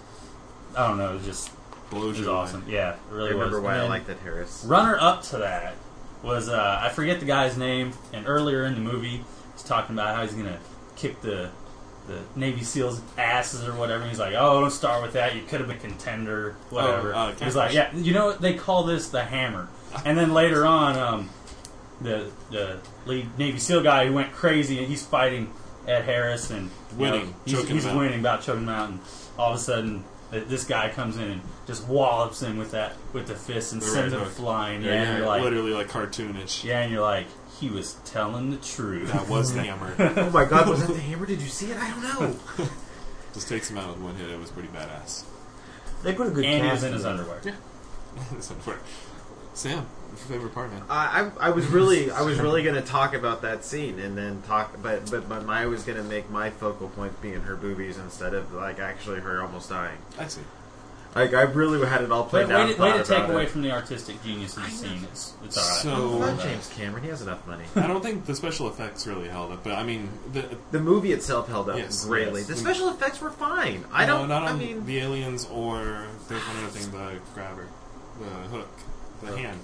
I don't know, it was just it Blows was your awesome. Yeah, it I really remember was. Mm. why And I then- liked that Harris. Runner up to that was uh, I forget the guy's name, and earlier in the movie he's talking about how he's gonna kick the the Navy SEALs asses or whatever. He's like, oh, don't start with that. You could have been contender, whatever. Oh, uh, he's like, yeah, you know what? They call this the hammer. And then later on, um, the the lead Navy SEAL guy who went crazy and he's fighting Ed Harris and you Winning, know, he's, choking him he's out. winning about choking him out, and all of a sudden th- this guy comes in and just wallops him with that with the fist and The sends right him hook. flying. mind. Yeah, and you're like, literally like cartoonish. yeah, and you're like, he was telling the truth. *laughs* That was *laughs* the hammer. *laughs* Oh my god, was that the hammer? Did you see it? I don't know. Just takes him out with one hit. It was pretty badass. *laughs* They put a good and he was cast in his it. underwear. That's not fair. Sam, what's your favorite part, man? *laughs* I, I I was really I was really gonna talk about that scene and then talk, but but but my I was gonna make my focal point being her boobies instead of like actually her almost dying. I see. Like I really had it all But played out. way and to, way thought to take about it. away from the artistic genius of the scene. It's, it's all right. So Not James Cameron, he has enough money. I don't think the special effects really held up, but I mean, the, The movie itself held up Yes, greatly. yes. The special effects were fine. I no, don't. Not on I mean, the aliens or there's one other thing, the grabber, the hook, the hand,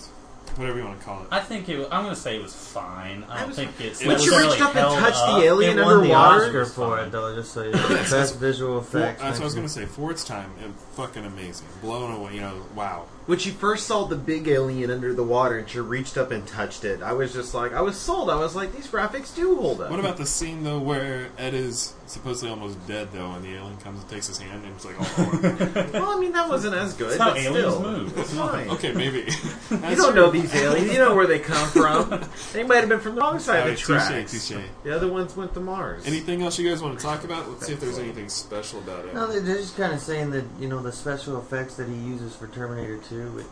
whatever you want to call it. I think it. Was, I'm gonna say it was fine. I I don't was- think it's. Once you necessarily reached up and held touched the up. alien It won the underwater? Oscar for it, though. Just so *laughs* you know, best visual Well, effects. that's what I was gonna makes say. For its time, it, fucking amazing, blown away. You know, wow. when she first saw the big alien under the water and she reached up and touched it, I was just like, I was sold. I was like, these graphics do hold up. What about the scene though where Ed is supposedly almost dead though, and the alien comes and takes his hand and it's like, *laughs* oh, well, I mean, that wasn't as good. That's how but aliens still, move. It's *laughs* fine. okay, maybe. *laughs* You don't know these aliens. You know where they come from. They might have been from the wrong side of the tracks. The other ones went to Mars. Anything else you guys want to talk about? Let's see if there's anything special about it. No, they- they're just kind of saying that you know the special effects that he uses for Terminator 2, which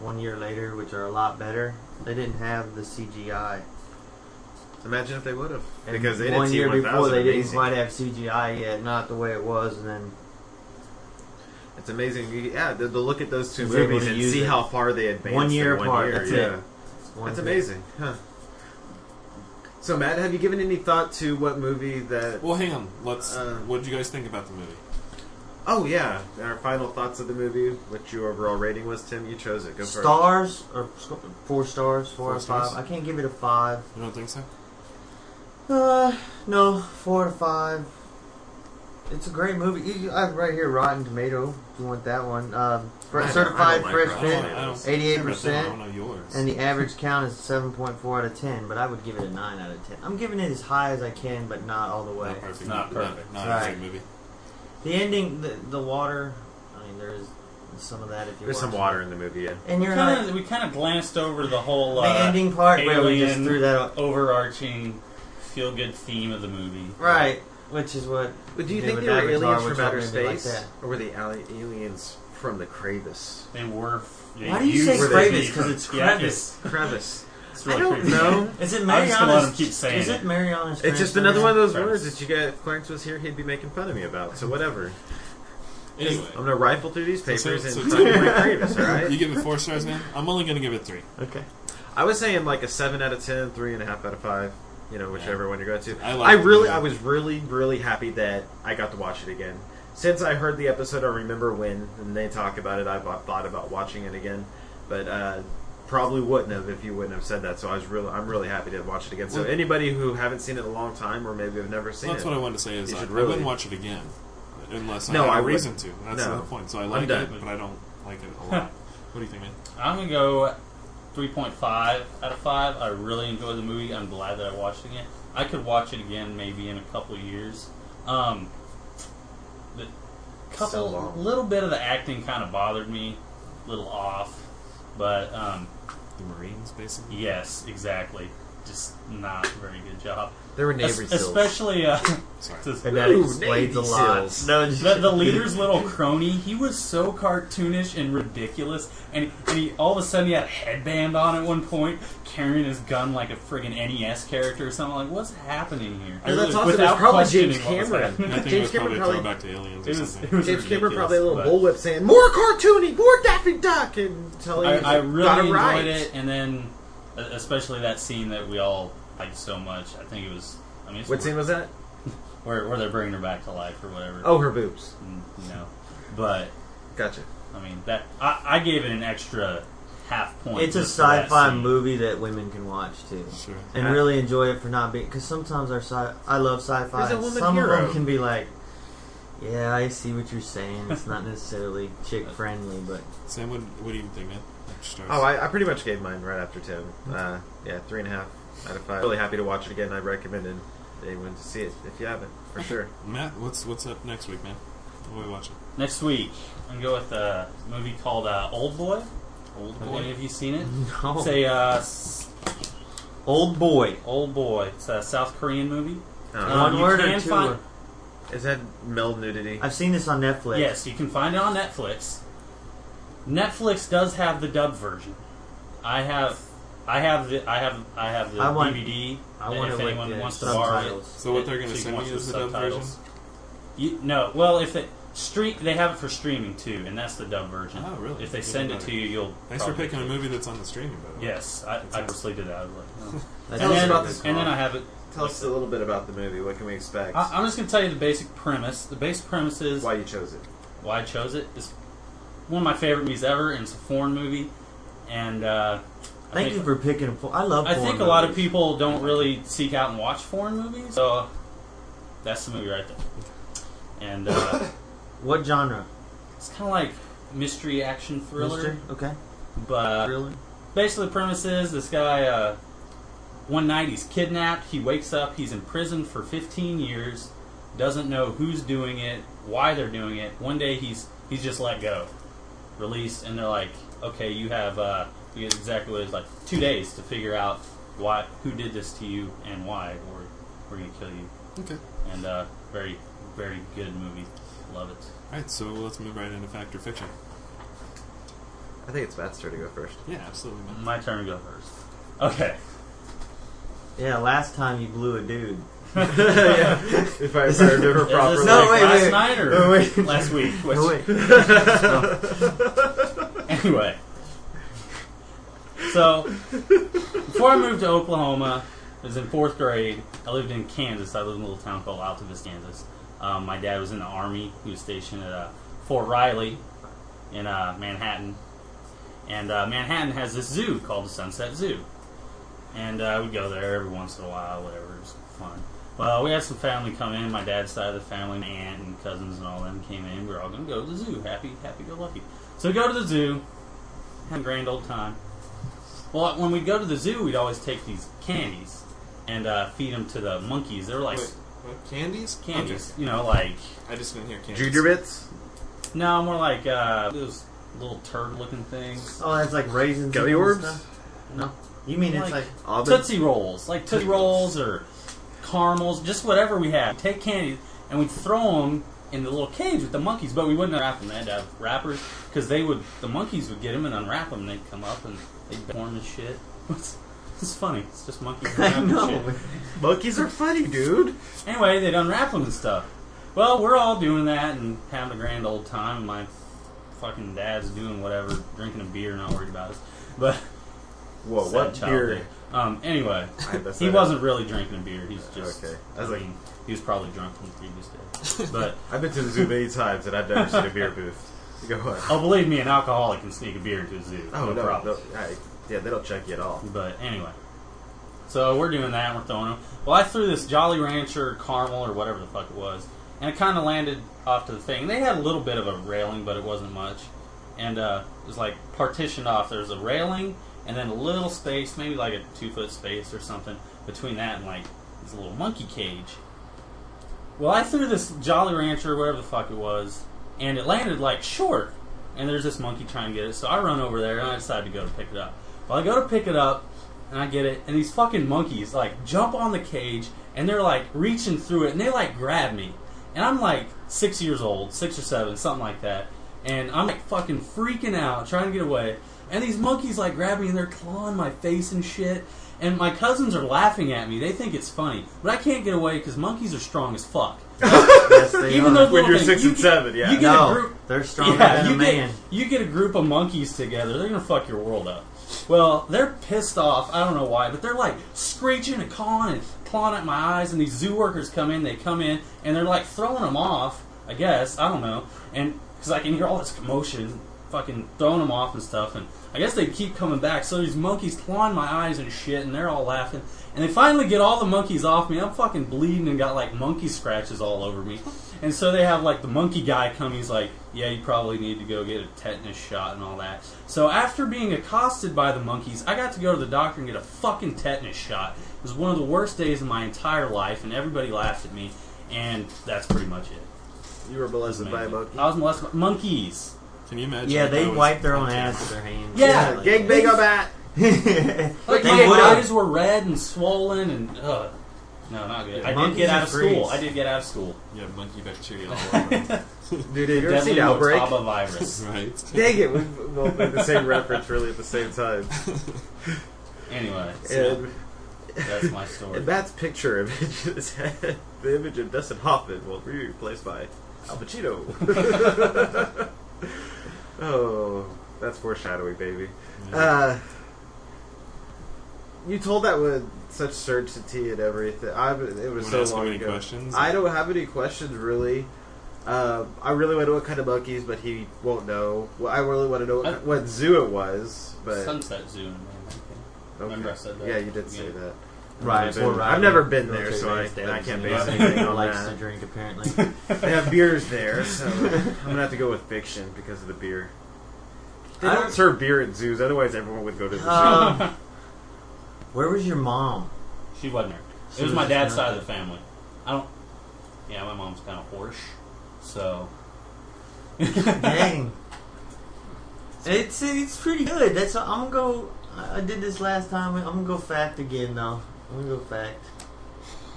one year later, which are a lot better. They didn't have the CGI. Imagine if they would have, And because they one didn't year see before, 1000 they didn't amazing. quite have CGI yet, not the way it was. And then It's amazing. You- Yeah, to, to look at those two He's able movies to and use see it. how far they advanced. One year in one apart, Year. that's it. yeah. one That's thing- amazing, huh? So, Matt, have you given any thought to what movie that? Well, hang on. Let's. Uh, what did you guys think about the movie? Oh yeah, our final thoughts of the movie. What your overall rating was, Tim? You chose it. Go for it. Stars or sc- four stars, four, Four out of stars? five. I can't give it a five. You don't think so? Uh, no, four to five. It's a great movie. You- you- I have right here Rotten Tomato. If you want that one, um, fr- I don't- I certified don't like fresh Rotten fit, Tomatoes. eighty-eight I don't percent, know yours. and the average count is seven point four out of ten. But I would give it a nine out of ten. I'm giving it as high as I can, but not all the way. not perfect. Not movie. perfect. Not, not Right. a perfect movie. The ending, the, the water. I mean, there is some of that if you. There's some watch it. water in the movie. Yeah. And you're Kind not of, we kind of glanced over the whole the uh, ending part where we just alien- threw that. o- overarching feel-good theme of the movie. Right, which is what. But do you they think did they with were Avatar, aliens which from made outer me like space, that. or were they ali- aliens from the crevice? They were. They Why do you say used the crevice? theme. Because it's Yeah, crevice. *laughs* Crevice. It's I really don't creepy. know. *laughs* Is I'm just it gonna let Mariana's? him keep saying Is it it. Mariana's? It's just another one of those words Crevice. that you get. If Clarence was here, he'd be making fun of me about. So *laughs* whatever. Anyway, I'm gonna rifle through these papers So- so- and find *laughs* my crevice. All you right. give it four stars, man. I'm only gonna give it three. Okay. I was saying like a seven out of ten, three and a half out of five. You know, whichever one you're going to. I I, like it. really, I was really, really happy that I got to watch it again. Since I heard the episode, I remember when and they talk about it. I have thought about watching it again, but uh, probably wouldn't have if you wouldn't have said that. So I was really, I'm really happy to watch it again. So Well- anybody who haven't seen it in a long time or maybe have never seen That's it, what I wanted to say. Is You I, should I really- wouldn't watch it again unless I No, had a I wouldn't. reason to. That's No. the point. So I like it, done. but I don't like it a *laughs* lot. what do you think, man? I'm gonna go 3.5 out of five. I really enjoyed the movie. I'm glad that I watched it again. I could watch it again maybe in a couple years. Um, the couple So long. little bit of the acting kind of bothered me, little off, but um, The Marines, basically. yes, exactly. just not a very good job. They were Es- Navy SEALs. especially uh, *laughs* Sorry. just- and that Ooh, explains Navy a lot. SEALs. No, the, the leader's little crony. He was so cartoonish and ridiculous, and, and he all of a sudden he had a headband on at one point, carrying his gun like a friggin' NES character or something. Like, what's happening here? And that's awesome. It's Without probably James questioning what was Cameron. happening. I think it James was Cameron probably probably- throwback to Aliens or It was, something. it was James Cameron ridiculous, probably a little but- bullwhip saying more cartoony, more Daffy Duck, and telling I, you I really got it enjoyed right. it, and then uh, especially that scene that we all liked so much. I think it was. I mean, it's What scene was that? Where, where they're bringing her back to life or whatever. Oh, her boobs. Mm, you know, but Gotcha. I mean that I, I gave it an extra half point. It's a just for that sci-fi scene. movie that women can watch too, Sure. and really enjoy it for not being. Because sometimes our sci, I love sci-fi. There's a and woman Some of hero. them can be like, "Yeah, I see what you're saying. It's not necessarily chick friendly, but *laughs* Sam, what, what do you think, man? After Star Wars. Oh, I, I pretty much gave mine right after Tim. Uh, yeah, three and a half out of five. Really happy to watch it again. I recommend it. anyone to see it if you haven't, for sure. Matt, what's what's up next week, man? What are we watching? Next week, I'm gonna go with a movie called uh, Old Boy. Old Have any Boy. of you seen it? Oh. no. It's a uh, s- old boy. Old Boy. It's a South Korean movie. Uh, Um, One you word or can two. find- or- is that male nudity? I've seen this on Netflix. Yes, you can find it on Netflix. Netflix does have the dub version. I have, I have the, I have, I have the I want- DVD. I and want if it with anyone the wants to borrow it, subtitles. So what they're going So to you send watch me the is the dub subtitles. version? You, no, well, if they streak, they have it for streaming too, and that's the dub version. Oh, really? If they Even send it better. to you, you'll. Thanks for probably picking a get it. movie that's on the streaming, by the way. Yes, I, I That's purposely did that. I was like, no. and, That's us then, about this and then I have it. Tell us a little bit about the movie. What can we expect? I, I'm just going to tell you the basic premise. The basic premise is Why you chose it? why I chose it. It's one of my favorite movies ever, and it's a foreign movie. And uh, I Thank think- you for picking. a po- I love. I foreign think a lot of movies. people don't really seek out and watch foreign movies, so that's the movie right there. And uh, What genre? it's kind of like mystery action thriller, Mystery? Okay. but Thriller. basically the premise is this guy uh, one night he's kidnapped he wakes up he's in prison for 15 years doesn't know who's doing it why they're doing it one day he's he's just let go released and they're like okay you have uh you get exactly what it's like two days to figure out why who did this to you and why or we're gonna kill you Okay. and uh very very good movie love it All right, so let's move right into fact or fiction. I think it's Matt's turn to go first. Yeah, absolutely, man. my turn to go first okay Yeah, last time you blew a dude. *laughs* *laughs* If I remember Is this properly. No, like wait, last wait. night or No, wait. last week? Which- No, wait. *laughs* Anyway. So, before I moved to Oklahoma, I was in fourth grade. I lived in Kansas. I lived in a little town called Altavis, Kansas. Um, my dad was in the Army. He was stationed at uh, Fort Riley in uh, Manhattan. And uh, Manhattan has this zoo called the Sunset Zoo. And uh, we'd go there every once in a while, whatever. It was fun. Well, we had some family come in. My dad's side of the family, my aunt and cousins and all them came in. We were all going to go to the zoo. Happy, happy, go lucky. So we go to the zoo, have a grand old time. Well, when we'd go to the zoo, we'd always take these candies and uh, feed them to the monkeys. They were like Wait, what? Candies? candies, you know, like Okay. I just didn't hear candies. Junior bits? no, more like uh, those little turd-looking things. Oh, that's like raisins. and Gummy worms? stuff? No, You mean Like- it's like Almonds? Tootsie Rolls, like Tootsie Rolls or caramels, just whatever we had. We'd take candies and we'd throw them in the little cage with the monkeys, but we wouldn't wrap them. They had to have wrappers because they would. The monkeys would get them and unwrap them. and They'd come up and they'd form and shit. *laughs* It's, it's funny. It's just monkeys. unwrapping shit. Monkeys are funny, dude. Anyway, they'd unwrap them and stuff. Well, we're all doing that and having a grand old time. and My fucking dad's doing whatever, drinking a beer, not worried about us. But Whoa, sad what child beer? did. Um. *laughs* Anyway, I messed he that wasn't really drinking a beer. He's just. Okay. I was like, he was probably drunk from the previous day. But up. I've been to the zoo many times and I've never seen a beer booth. *laughs* Go on. oh, believe me, an alcoholic can sneak a beer into a zoo. Oh, no, problem. no I, yeah, they don't check you at all. But anyway, so we're doing that. We're throwing them. Well, I threw this Jolly Rancher caramel or whatever the fuck it was, and it kind of landed off to the thing. They had a little bit of a railing, but it wasn't much, and uh, it was like partitioned off. There's a railing and then a little space, maybe like a two foot space or something between that and like this little monkey cage. Well, I threw this Jolly Rancher, whatever the fuck it was, and it landed like short. And there's this monkey trying to get it, so I run over there and I decide to go to pick it up. Well, I go to pick it up, and I get it. And these fucking monkeys like jump on the cage and they're like reaching through it and they like grab me. And I'm like six years old, six or seven, something like that. And I'm like fucking freaking out, trying to get away. And these monkeys like grab me and they're clawing my face and shit. And my cousins are laughing at me. They think it's funny, but I can't get away because monkeys are strong as fuck. Yes, *laughs* they Even are. though When you're six and seven, yeah. you get no, a group. they're stronger Yeah, than you a get, man. you get a group of monkeys together, they're gonna fuck your world up. Well, they're pissed off. I don't know why, but they're like screeching and calling and clawing at my eyes. And these zoo workers come in. They come in and they're like throwing them off. I guess I don't know. And because I can hear all this commotion, fucking throwing them off and stuff. And I guess they keep coming back. So these monkeys clawing my eyes and shit, and they're all laughing. And they finally get all the monkeys off me. I'm fucking bleeding and got like monkey scratches all over me. And so they have like the monkey guy come. He's like, "Yeah, you probably need to go get a tetanus shot and all that." So after being accosted by the monkeys, I got to go to the doctor and get a fucking tetanus shot. It was one of the worst days of my entire life, and everybody laughed at me. And that's pretty much it. You were molested by a Man. Oh, monkey. I was molested by monkeys. Can you imagine? Yeah, if they I was wipe their own hunting? ass with their hands. Yeah, Gang bang on that. they Like would my have. eyes were red and swollen, and ugh. no, not good. I did monkeys get out are of freaks. school. I did get out of school. You have monkey bacteria *laughs* all over. Dude, have you ever Deadly seen Outbreak? Motaba *laughs* virus. right. Dang it, we both made the same reference really at the same *laughs* time. Anyway, so And, that's my story. and Matt's picture image *laughs* is the image of Dustin Hoffman will be replaced by Al Pacino. *laughs* oh, that's foreshadowing, baby. Uh, you told that with such certainty and everything. I, it You want was to so ask him long any ago. questions? I don't have any questions really. Uh, I really want to know what kind of monkeys, but he won't know. Well, I really want to know I- what, what zoo it was, but Sunset Zoo. in Manhattan. remember I said that. Yeah, you did say Yeah. that. *laughs* *laughs* Right, I've, or been, Riley. I've never been there, Military so I, base, I can't base Davidson. *laughs* anything on likes to that. drink *laughs* apparently. They have beers there, so I'm gonna have to go with fiction because of the beer. They I don't Uh, don't- serve beer at zoos, otherwise everyone would go to the zoo. um, *laughs* where was your mom? She wasn't there. She It was was my dad's not side of the family. I don't. Yeah, my mom's kind of horse, so *laughs* Dang. It's it's pretty good. That's I'm gonna go. I I did this last time. I'm gonna go fact again though. I'm gonna go fact.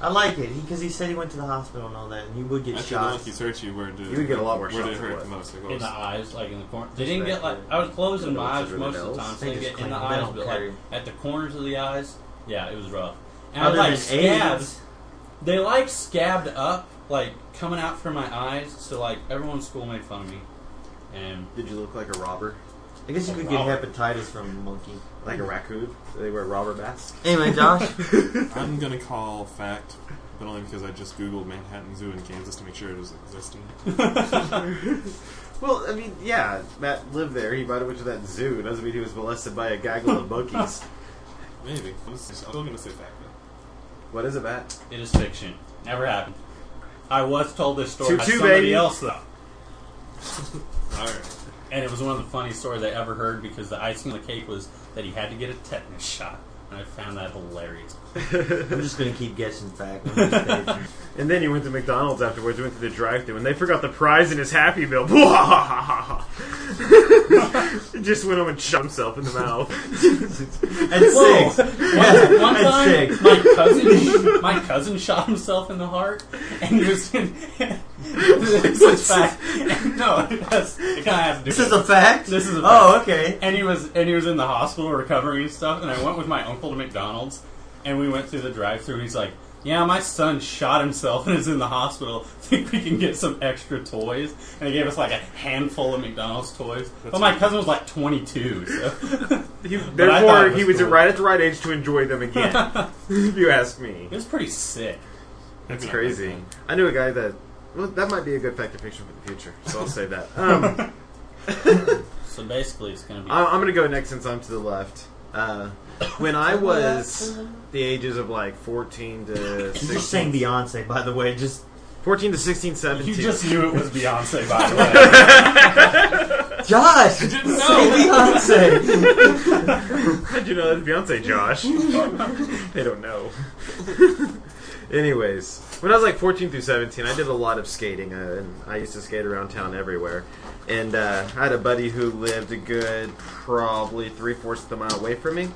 I like it because he, said he went to the hospital and all that, and he would get After the shot. monkeys hurt you, where did You would get a lot more where did it shots than hurt what? the most? Like, what in was- the eyes, like in the corner. They didn't get like I was closing my eyes most of the time, so They they just get in the clean. They eyes, don't but care. like at the corners of the eyes, yeah, it was rough. And I Other like than scabs. AIDS, They like scabbed up, like coming out from my eyes. So like everyone in school made fun of me, and Did you look like a robber? I guess you could get hepatitis from a monkey. Like a raccoon? They wear robber masks? Anyway, Josh, I'm gonna call fact, but only because I just googled Manhattan Zoo in Kansas to make sure it was existing. Well, I mean, yeah, Matt lived there. He might have went to that zoo. Doesn't mean he was molested by a gaggle of *laughs* monkeys. Maybe. I'm still gonna say fact though. What is it, Matt? it is fiction. Never happened. I was told this story by Two-two, somebody baby. else though. All right. And it was one of the funniest stories I ever heard because the icing on the cake was that he had to get a tetanus shot. And I found that hilarious. I'm just gonna keep guessing fact. on *laughs* this page. And then he went to McDonald's afterwards. He went to the drive-thru, and they forgot the prize in his Happy Meal. *laughs* he just went home and shot himself in the *laughs* mouth. At six, One, one I'd say. time, my cousin, my cousin shot himself in the heart, and he was in. *laughs* this is fact. *laughs* No, that's, it kind of has to do. this is a fact. This is a oh okay. and he was and he was in the hospital recovering and stuff. And I went with my uncle to McDonald's, and we went through the drive-through. And he's like, "Yeah, my son shot himself and is in the hospital. *laughs* Think we can get some extra toys?" And they gave us like a handful of McDonald's toys. but my cousin was like 22, so *laughs* *laughs* He, But I thought therefore, it was he was cool. right at the right age to enjoy them again. if you ask me, it was pretty sick. that's Maybe not crazy. that fun. I knew a guy that. Well, that might be a good fact of fiction for the future, so I'll say that. *laughs* Um, So basically, it's gonna be. I- I'm going to go next since I'm to the left. Uh, when I was the ages of like 14 to You just sang 16, Beyonce, by the way. Just 14 to 16, 17. *laughs* you just knew it was Beyonce, by *laughs* the way. *laughs* Josh, didn't say Beyonce. *laughs* How'd you know that's Beyonce, Josh? they don't know. *laughs* Anyways, when I was like 14 through 17, I did a lot of skating, uh, and I used to skate around town everywhere. And uh, I had a buddy who lived a good, probably three fourths of a mile away from me,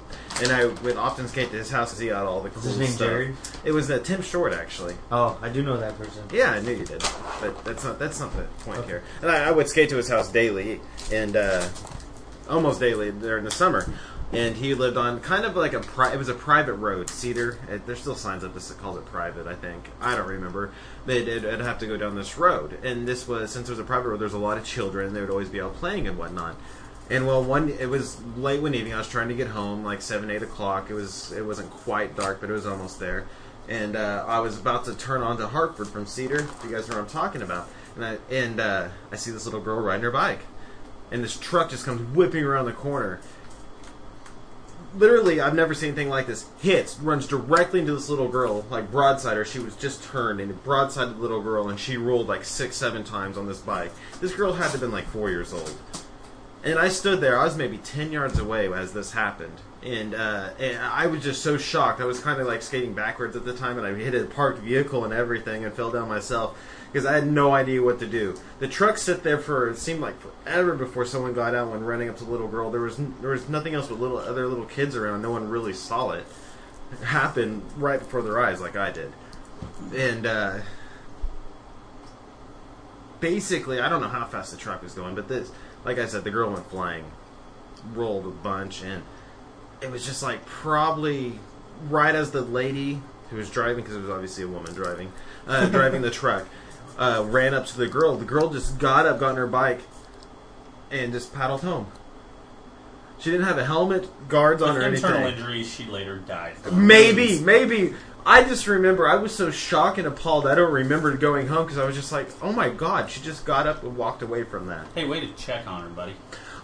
and I would often skate to his house because he got all the cool Is his name stuff. Jared? It was uh, Tim Short, actually. *laughs* Oh, I do know that person. Yeah, I knew you did, but that's not that's not the point here. And I, I would skate to his house daily, and uh, almost daily during the summer. And he lived on kind of like a pri- it was a private road, Cedar. It, there's still signs up this that calls it private. I think I don't remember. They'd it'd, it'd have to go down this road, and this was since it was a private road. There's a lot of children. They would always be out playing and whatnot. And well, one it was late one evening. I was trying to get home, like seven, eight o'clock. It was it wasn't quite dark, but it was almost there. And uh, I was about to turn on to Hartford from Cedar. If you guys know what I'm talking about, and I and uh, I see this little girl riding her bike, and this truck just comes whipping around the corner. Literally, I've never seen anything like this. Hits, runs directly into this little girl, like broadside her. She was just turned and broadsided the little girl, and she rolled like six, seven times on this bike. This girl had to have been like four years old. And I stood there. I was maybe ten yards away as this happened, and, uh, and I was just so shocked. I was kind of like skating backwards at the time, and I hit a parked vehicle and everything, and fell down myself because I had no idea what to do. The truck sat there for it seemed like forever before someone got out. When running up to the little girl, there was n- there was nothing else but little other little kids around. No one really saw it happen right before their eyes, like I did, and. uh basically, I don't know how fast the truck was going, but this, like I said, the girl went flying, rolled a bunch, and it was just like probably right as the lady who was driving, because it was obviously a woman driving, uh, driving the truck, uh, ran up to the girl. The girl just got up, got on her bike, and just paddled home. She didn't have a helmet, guards on With her, anything. internal injuries, she later died. from. Maybe, maybe. I just remember I was so shocked and appalled. I don't remember going home because I was just like, "Oh my god!" She just got up and walked away from that. Hey, way to check on her, buddy.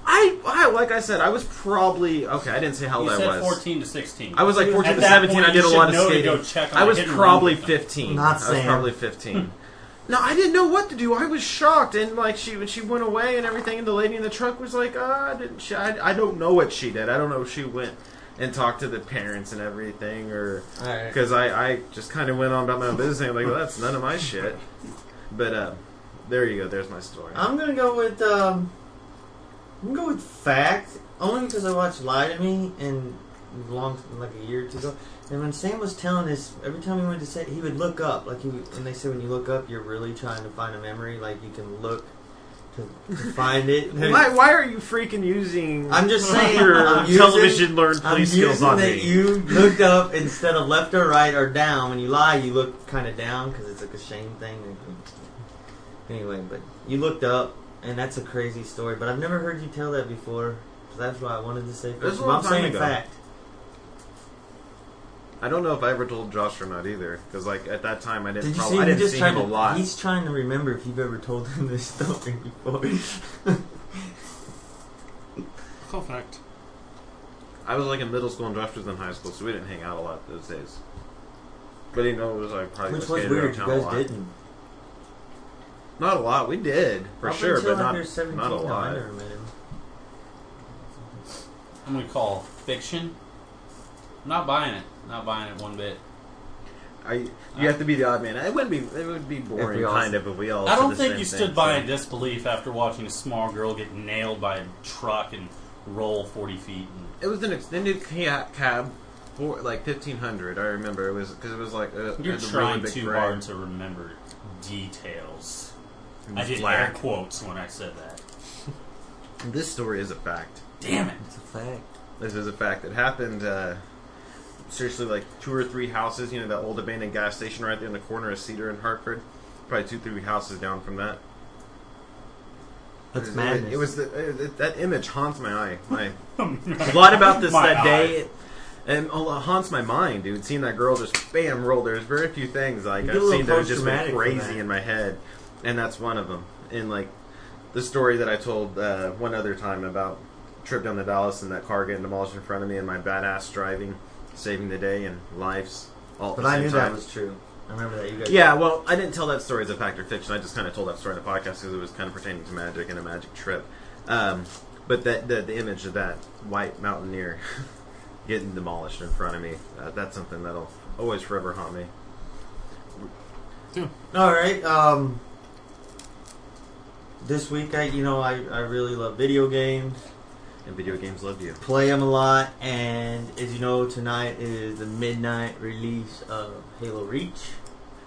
I, I like I said, I was probably okay. I didn't say how You old I said was. 14 to 16. I was like At 14 to that 17. point, I did you a should lot of know to skating. go check on I a was hidden room probably or something. 15. Not I was Sam. probably 15. no, I didn't know what to do. I was shocked, and like she when she went away and everything, and the lady in the truck was like, "Ah, I didn't she, I, I don't know what she did. I don't know if she went." And talked to the parents and everything, or Alright. because I, I just kind of went on about my own business. And I'm like, well, that's none of my shit. But uh, there you go. There's my story. I'm gonna go with um, I'm gonna go with fact only because I watched Lie to Me and long like a year or two ago. And when Sam was telling us, every time he went to say, he would look up. Like he, would, and they say when you look up, you're really trying to find a memory. Like you can look to, to find *laughs* it. why, why are you freaking using I'm just saying, your I'm using- television learn I'm police skills using on that me? you looked up instead of left or right or down. When you lie, you look kind of down because it's like a shame thing. Anyway, but you looked up, and that's a crazy story. But I've never heard you tell that before. So that's why I wanted to say. was First, a but long I'm time saying ago. fact. I don't know if I ever told Josh or not either, because like at that time I didn't. Did you prob- see? I him didn't just see trying him to, a lot. He's trying to remember if you've ever told him this *laughs* story before. Cool fact. I was like in middle school and Josh was in high school, so we didn't hang out a lot those days. But he knows I probably Which was skated around weird. You town a guys lot. didn't. Not a lot. We did for Up sure, until but not after 17, not a no, I lot. never met him. I'm going to call fiction. I'm not buying it. Not buying it one bit. I, you have to be the odd man. It wouldn't be. It would be boring, we all- kind of. If we all. I said don't the think same you thing, stood so- by in disbelief after watching a small girl get nailed by a truck and roll 40 feet. And It was an extended ca- cab for like fifteen hundred. I remember it was because it was like uh, it you're was a trying really big too frame. hard to remember details. I did air black. quotes when I said that. This story is a fact. Damn it. It's a fact. This is a fact. It happened. Uh, seriously, like two or three houses. You know that old abandoned gas station right there in the corner of Cedar and Hartford. Probably two, three houses down from that. That's It- madness. It, was the, it, it- that image haunts my eye. My a lot about this *laughs* My that eye. day, and a lot haunts my mind, dude. Seeing that girl just bam roll. There's very few things like You get a I've little seen that have just post-traumatic been from crazy that. in my head, and that's one of them. And like the story that I told uh, one other time about trip down to Dallas and that car getting demolished in front of me and my badass driving, saving the day and lives. All at But the I same knew time. that was true. I remember that you guys. Yeah, well, I didn't tell that story as a fact or fiction. I just kind of told that story in the podcast because it was kind of pertaining to magic and a magic trip. Um, but that the, the image of that white mountaineer *laughs* uh, getting demolished in front of me—that's something that'll always forever haunt me. too. All right. Um, this week, I you know I, I really love video games. And video games love you. Play them a lot, and as you know, tonight is the midnight release of Halo Reach,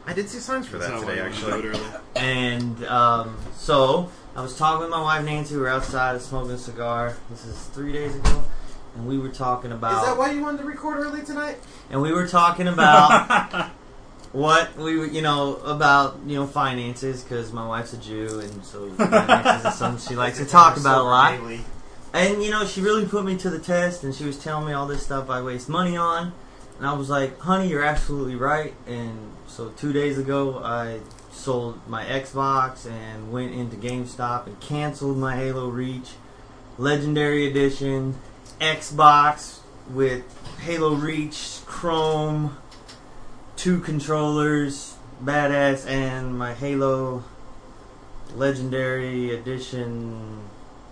I did see signs for That's that not today, why we actually. voted early. and um, so I was talking with my wife Nancy. We were outside smoking a cigar. This is three days ago, and we were talking about. Is that why you wanted to record early tonight? and we were talking about what we would- you know about you know finances because my wife's a Jew and so finances is something she likes to talk about a lot. And you know she really put me to the test and she was telling me all this stuff I waste money on, and I was like, honey, you're absolutely right. And so two days ago I sold my Xbox and went into GameStop and canceled my Halo Reach Legendary Edition Xbox with Halo Reach, Chrome, two controllers, badass, and my Halo Legendary Edition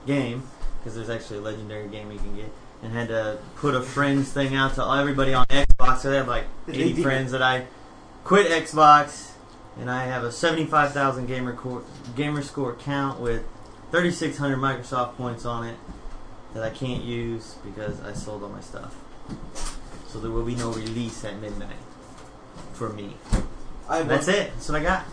game because there's actually a legendary game you can get. And had to put a friends thing out to everybody on Xbox. So they have like 80 friends that I quit Xbox, and I have a 75,000 gamer core, gamer score count with 3,600 Microsoft points on it that I can't use because I sold all my stuff. So there will be no release at midnight for me. I That's it. That's what I got.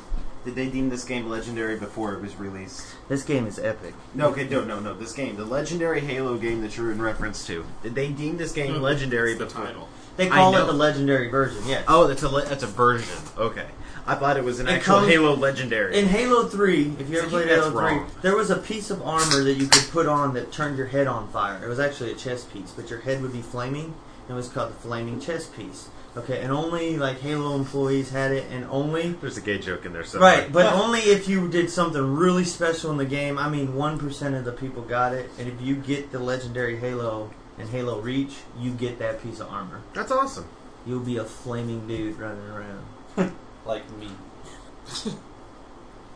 Did they deem this game legendary before it was released? This game is epic. No, okay, no, no, no. This game, the legendary Halo game that you're in reference to, did they deem this game Game legendary? legendary, but Hmm. Title. They I call it know. the legendary version, yes. Oh, that's a le- that's a version. Okay, I thought it was an It actual comes- Halo legendary. In Halo 3, if you ever See, played that's Halo 3, wrong. there was a piece of armor that you could put on that turned your head on fire. It was actually a chest piece, but your head would be flaming, and it was called the flaming chest piece. Okay, and only like Halo employees had it, and only there's a gay joke in there somewhere. Right, but only if you did something really special in the game. I mean, 1% of the people got it, and if you get the legendary Halo and Halo Reach, you get that piece of armor. That's awesome. You'll be a flaming dude running around. *laughs* like me.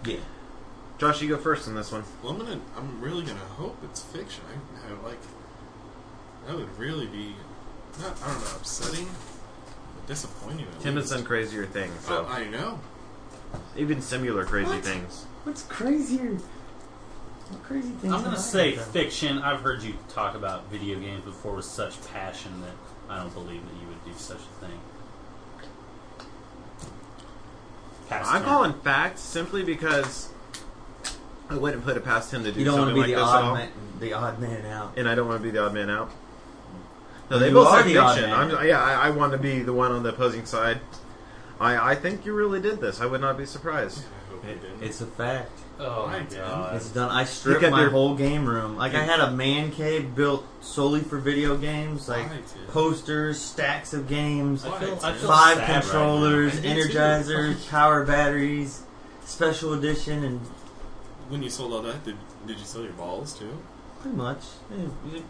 Yeah. Josh, you go first on this one. Well, I'm gonna. I'm really gonna hope it's fiction. I, I like. That would really be, not I don't know, upsetting, but disappointing. At Tim has least. done crazier things, Oh, so. I know. even similar crazy What? things. What's crazier? What crazy things I'm have I gonna say done? fiction. I've heard you talk about video games before with such passion that I don't believe that you would do such a thing. Pass I'm turn. calling facts simply because I wouldn't put it past him to do You don't want something to be like the this at all. odd man, the odd man out. and I don't want to be the odd man out. No, they You both are said the odd fiction. man. I'm, yeah, I, I want to be the one on the opposing side. I, I think you really did this. I would not be I surprised. hope it didn't. It's a fact. Oh my Right, Tim. god. It's done. I stripped Because my they're- whole game room. Like I had a man cave built solely for video games, like Why, Tim? posters, stacks of games, I feel, I feel five sad right controllers, I do too. energizers, power batteries, special edition, and when you sold all that, did did you sell your balls too? pretty much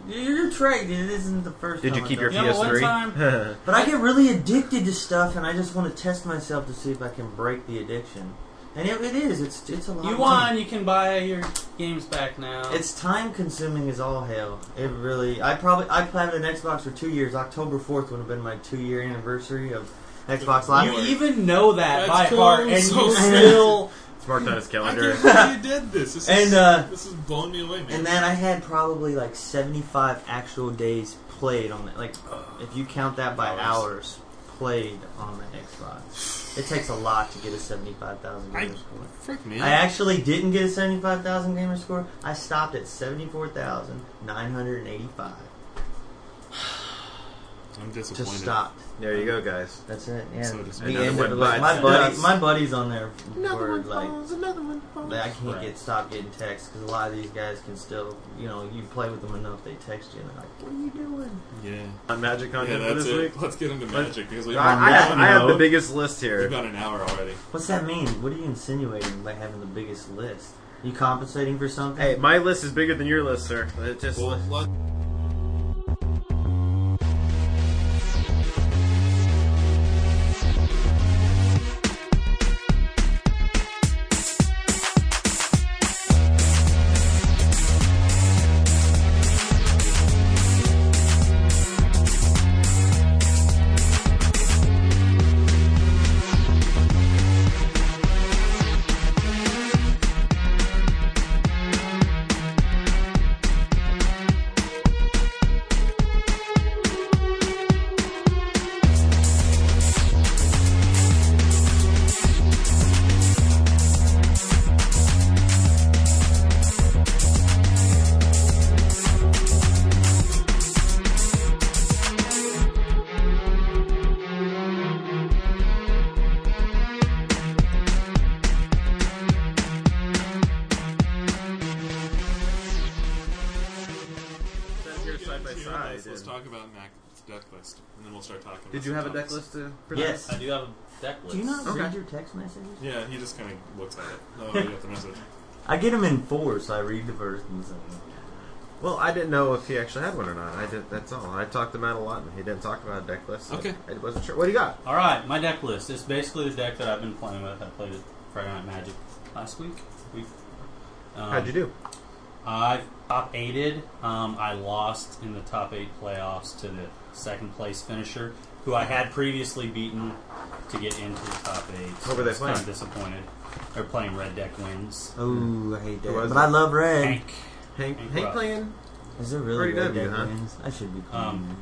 you're right. It isn't the first. Did time Oh I've you keep done your now. Yeah, but one time, *laughs* PS3? But I get really addicted to stuff, and I just want to test myself to see if I can break the addiction. And it, it is. It's it's a lot. you of won. time. You can buy your games back now. It's time consuming as all hell. It really. I probably I played an Xbox for two years. October fourth would have been my two year anniversary of Xbox Live. you even know that That's by cool, heart, and so you sad. *laughs* still. it's marked on his I calendar. can't *laughs* believe you did this. This is, And, uh, this is blowing me away, man. And then I had probably like seventy five actual days played on that. Like if you count that by hours played on the Xbox, it takes a lot to get a seventy five thousand I- gamer score. frick man. I actually didn't get a 75,000 gamer score. I stopped at 74,985. I'm disappointed. Just stopped. there you go, guys. That's it. Yeah. So the disappointed. end of Another it. one Like, my bites buddy, us. my buddies on there were like, another one falls. I can't Right. get stopped getting texts because a lot of these guys can still, you know, you play with them enough, they text you and they're like, "What are you doing?" Yeah. On Magic on Yeah, for that's this it. week. Let's get into magic because we've, I, I, we've have, I have the note. biggest list got, here. an hour already. What's that mean? What are you insinuating by having the biggest list? You compensating for something? Hey, my list is bigger than your list, sir. It just Well, let- they're side by into your side. list, Let's and- talk about Mac's deck list, and then we'll start talking. Did about some you have a deck topics. list? To, for that? Yes. I do have a deck list. Do you not Okay. read your text messages? Yeah, he just kind of looks at it. Oh, you got the *laughs* message. I get them in four, so I read the first and second. Well, I didn't know if he actually had one or not. I did. That's all. I talked him out a lot, and he didn't talk about a deck list. so Okay. I wasn't sure. What do you got? All right, my deck list. It's basically the deck that I've been playing with. I played it Friday Night Magic last week. Week. Um, How'd you do? I top aided. Um, I lost in the top eight playoffs to the second place finisher, who I had previously beaten to get into the top eight. Who were I they was Kind playing? of disappointed. They're playing Red Deck Wins. Oh, I hate that. Who was But it? I love red. Hank. Hank, Hank Hank Rock. playing? Is it really Pretty red W, deck huh? wins? I should be playing Um,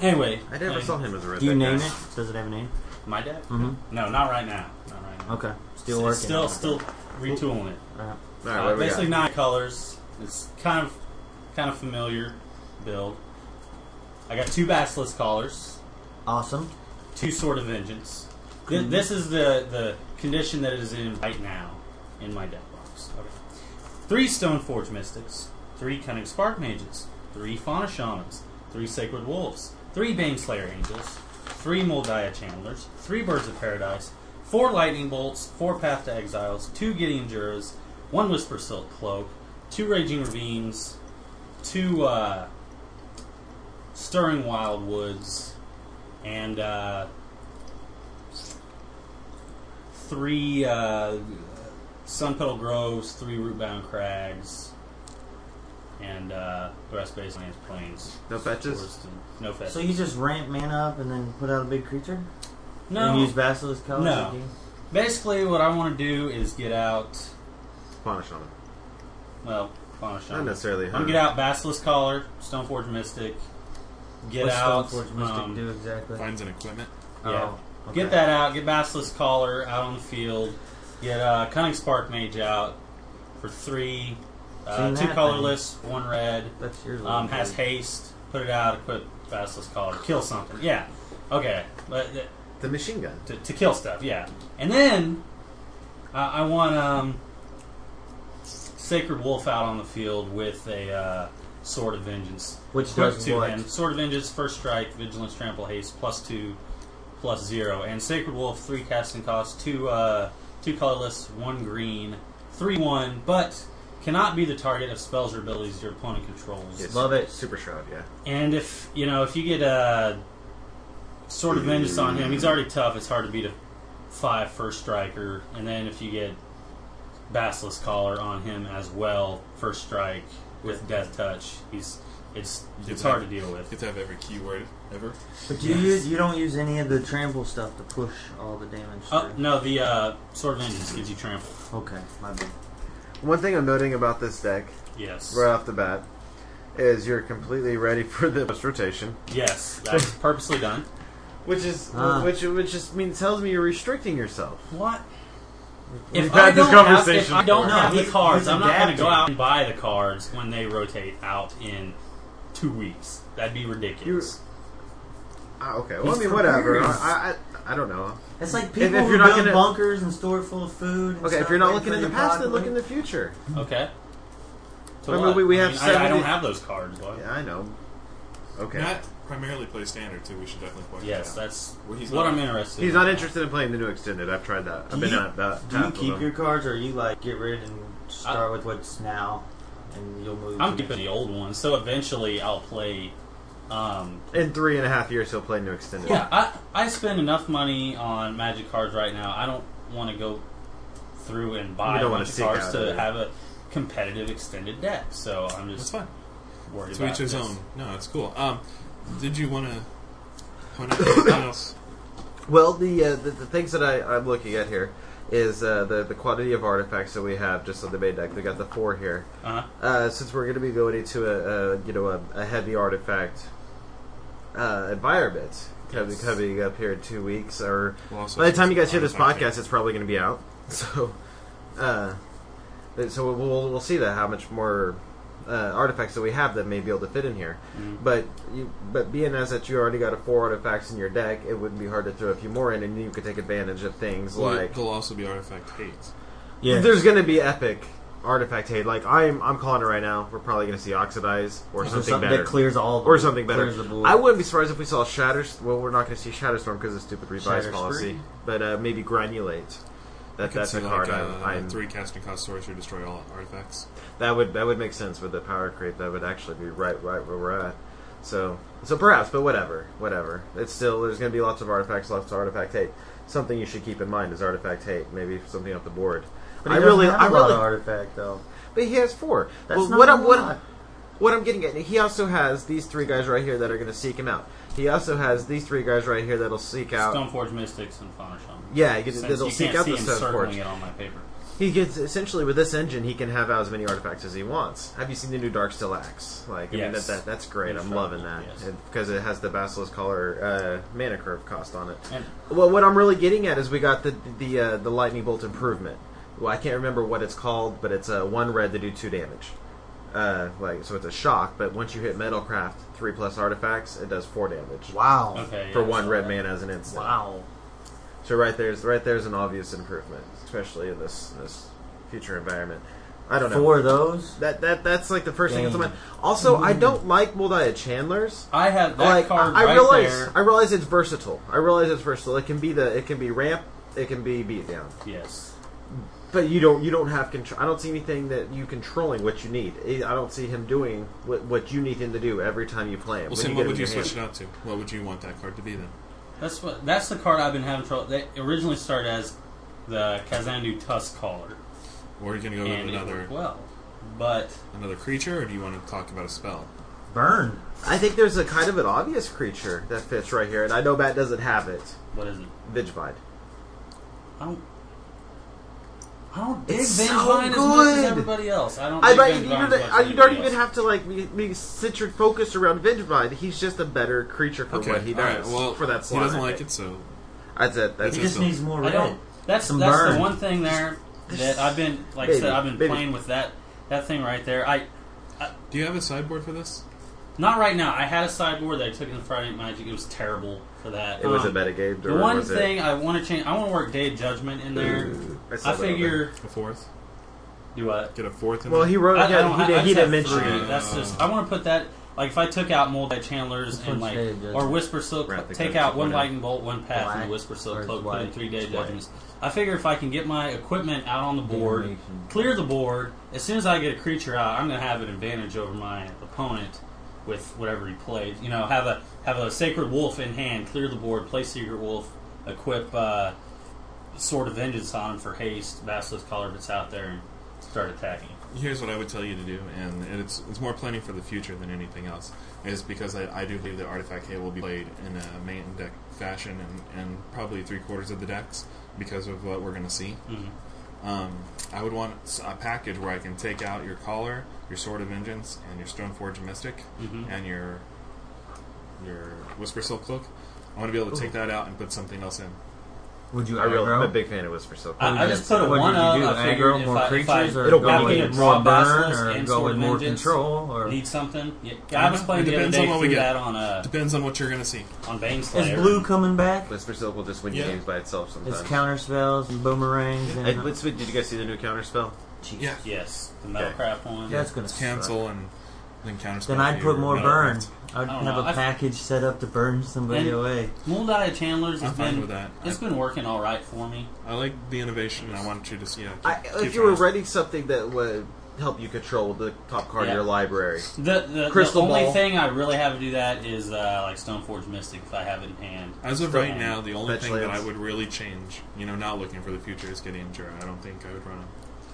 Anyway, I never I- saw him as a that. red. Do you deck name guy. it? Does it have a name? my deck. Mm-hmm. Mhm. No, not right now. Not right now. Okay. Still It's working. Still, still retooling it. Uh, All right, Uh, what do we basically got? nine colors. It's kind of kind of familiar build. I got two Basilisk collars, awesome. two Sword of Vengeance. Th- This is the the condition that it is in right now in my deck box. Okay. Three Stoneforge Mystics, three Cunning Spark Mages, three Fauna Shamans, three Sacred Wolves, three Baneslayer Angels, three Moldiah Chandlers, three Birds of Paradise, four Lightning Bolts, four Path to Exiles, two Gideon Juras, one Whisper Silk Cloak, two Raging Ravines, two uh, Stirring Wild Woods, and uh, three uh, Sun Petal Groves, three Rootbound Crags, and uh, the rest basically is plains. No fetches. Forest and- No fetches. So you just ramp mana up and then put out a big creature? no, And use Basilisk colors No. again? Basically, what I want to do is get out. Punish on him. Well, Fauna Not Shaman. necessarily. I'm gonna Huh? get out Basilisk Collar, Stoneforge Mystic. Get What's out. Stoneforge Mystic um, do exactly? Finds an equipment. yeah. Oh, Get okay. that out. Get Basilisk Collar out on the field. Get uh, Cunning Spark Mage out for three. Uh, Seen two that colorless, one red. That's your little Um, has dude. haste. Put it out. Equip Basilisk Collar. Kill something. Yeah. Okay. But uh, The machine gun. to, to kill stuff. Yeah. And then uh, I want um, Sacred Wolf out on the field with a uh, Sword of Vengeance. Which Quick does two what? hand. Sword of Vengeance, first strike, vigilance, trample, haste, plus two, plus zero. And Sacred Wolf, three casting costs, two uh, two colorless, one green, three one, but cannot be the target of spells or abilities your opponent controls. Yes. Love it. Super shroud. Yeah. And if you know, if you get a sort of vengeance on him, he's already tough. It's hard to beat a five first striker. And then if you get Basilisk collar on him as well, first strike with death touch, he's it's it's hard to deal You with. have to have every keyword ever. But you use you don't use any of the trample stuff to push all the damage Oh through. no, the uh, sword of vengeance gives you trample. Okay, my bad. One thing I'm noting about this deck Yes, right off the bat is you're completely ready for the post rotation, yes, *laughs* that's purposely done. which is Ah. which which just means tells me you're restricting yourself. What? We've If had I, this don't have, if conversation I don't before. have No, the he's- cards, he's I'm not going to adapting. go out and buy the cards when they rotate out in two weeks. That'd be ridiculous. Ah, okay. Well, He's I mean, whatever. prepared. I, I I don't know. It's like if people who you're not build gonna- bunkers and store it full of food. And Okay, if stuff, you're not waiting looking for in the your past, pod then to look in leak. the future. Okay. So Remember, what? we- we I have mean, I, I don't 70 have those cards. What? Yeah, I know. Okay. Matt primarily plays standard too. We should definitely point Yes, that. out. that's Well, he's what not- I'm interested. in. He's not interested in playing the new extended. I've tried that. Do I've been you- at that. Do you keep your cards, or you like get rid and start with what's now, and you'll move? I'm to- keeping the old ones, so eventually I'll play. Um, in three and a half years? He'll play new extended. yeah, I I spend enough money on Magic cards right now. I don't want to go through and buy You don't wanna Magic seek cards out to either. have a competitive extended deck. So I'm That's just fine. worried To about each his this. own. No, it's cool. Um, did you want to point out anything *laughs* else? Well, the, uh, the the things that I, I'm looking at here is uh, the the quantity of artifacts that we have just on the main deck. We got the four here. Uh-huh. Uh, since we're going to be going into a, a you know a, a heavy artifact uh, environment coming, Yes. coming up here in two weeks, or We'll also by the see time you some guys hear this artifact podcast, it's probably going to be out. *laughs* So, uh, so we'll we'll see that how much more uh, artifacts that we have that may be able to fit in here. But you, but being as that you already got a four artifacts in your deck, it wouldn't be hard to throw a few more in, and you could take advantage of things Well, like there'll also be artifact hate. yeah. there's going to be epic artifact hate. Like I'm, I'm calling it right now. We're probably going to see oxidize or Or something, something better. that clears all the or something better. clears the board. I wouldn't be surprised if we saw Shatter. Well, we're not going to see Shatterstorm because of stupid revise Shatter policy, Spree? but uh, maybe Granulate. That, that's a card. Like, uh, uh, I'm, I'm, three casting cost sorcery destroy all artifacts. That would that would make sense with the power creep. That would actually be right right where we're at. So so perhaps, but whatever, whatever. It's still there's going to be lots of artifacts, lots of artifact hate. Something you should keep in mind is artifact hate. Maybe something off the board. But he I doesn't really, have I a lot really, of artifact though. but he has four. That's well, not what a I'm what, I'm- lot. what I'm getting at, he also has these three guys right here that are going to seek him out. He also has these three guys right here that'll seek out. Stoneforge Mystics and Faunishon. Yeah, he- Since that'll you seek can't out see the him circling Stoneforge. it on my paper. He gets essentially with this engine, he can have out as many artifacts as he wants. Have you seen the new Darksteel Axe? Like, I mean, that, Yes. that, that's great. New I'm Shroud, loving that yes. It- because it has the Basilisk Collar uh, mana curve cost on it. And Well, what I'm really getting at is we got the the uh, the lightning bolt improvement. Well, I can't remember what it's called, but it's uh, one red to do two damage. Uh, like so, it's a shock. But once you hit Metalcraft, three plus artifacts, it does four damage Wow. okay, Oh, for yeah, one so red that- mana as an instant. Wow. So right there's right there's an obvious improvement, especially in this this future environment. I don't know. Four of those. That that that's like the first thing that's on my Dang. Also, I don't like Moldiah Chandler's. I have that like card I, I right realize there. I realize it's versatile. I realize it's versatile. It can be the it can be ramp, it can be beat down. Yes. But you don't you don't have control. I don't see anything that you controlling what you need. I I don't see him doing what, what you need him to do every time you play him. Well, when Sam, get what him would in you your switch it hand. out to? What would you want that card to be then? That's what. That's the card I've been having trouble. They originally started as the Kazandu Tusk Caller, Or are you going to go and with it another worked well. But another creature, or do you want to talk about a spell? Burn. I think there's a kind of an obvious creature that fits right here, and I know Bat doesn't have it. what is it? Vigivide. I don't. I don't dig It's Van so Vine as much good. as everybody else. I don't. I dig might, Van you Vine don't, as much I- as you don't anybody even else. have to like be, be sit your focus around Vigivide. He's just a better creature for what he all right, does. well, for that slot, he doesn't I like think. it, so That's it. That's He It's just- it. just needs more I red. don't. That's Some that's burn. the one thing there that I've been like I said. Maybe, I've been maybe. playing with that that thing right there. I do you have a sideboard for this? not right now. I had a sideboard that I took in Friday Night Magic. It was terrible for that. It was a Um, metagame. The or one was it- thing I want to change. I want to work Day of Judgment in there. saw I that on figure. A fourth? Do what? Get a fourth. In Well, he there? wrote. I, I yeah, don't he have- did, I he just did have mention three. it. That's just. I want to put that. Like if I took out multi channelers Which and one's like Day of Judgment? or Whisper Silk, Wrath of take Judgment, out one whatever. lightning bolt, one path, and Black the Whisper or Silk it's cloak, put in white. three day It's white. judgments. I figure if I can get my equipment out on the board, Damnation. clear the board. As soon as I get a creature out, I'm going to have an advantage over my opponent with whatever he played. You know, have a have a sacred wolf in hand, clear the board, play secret wolf, equip. uh Sword of Vengeance on him for haste, Basilisk Collar if it's out there, and start attacking. Here's what I would tell you to do, and it's it's more planning for the future than anything else. Is because I, I do believe that Artifact Hay will be played in a main deck fashion, and, and probably three quarters of the decks because of what we're going to see. Mhm. Um, I would want s- a package where I can take out your collar, your sword of vengeance, and your stoneforge mystic, Mm-hmm. Mhm. and your your whisper silk cloak. I want to be able to take that out and put something else in. Would you I really, I'm a aggro? big fan of Whisper Silk. I, I just put a What one did you do? up. I figured aggro if more I, if I, creators, or It'll go be with a more raw burn, basilisk or and go sword with more vengeance. control, or need something. Yeah, I was playing It the other depends day on what we through get. that on uh, Depends on what you're going to see. on is Baneslayer. blue coming back? Whisper Silk will just win Yeah. you games by itself It's sometimes. counter spells and boomerangs and. Hey, what's with- did you guys see the new counter spell? Jeez. Yeah. Yes, the Okay. Metalcraft one. That's gonna suck. Cancel and then counter. Then I'd put more burn. I'd don't have know. a I- package set up to burn somebody And- away. Moldaya Chandler's I'm has fine been with that. it's been working all right for me. I like the innovation. and I want you to see. Yeah, keep, I, keep if you were trying. writing something that would help you control the top card Yeah. of your library, The the, Crystal the only Ball. thing I really have to do that is uh, like Stoneforge Mystic if I have it in hand. As of Still right hand. now, the only Fetch thing that I lands. would really change, you know, not looking for the future, is getting Jura. I don't think I would run him.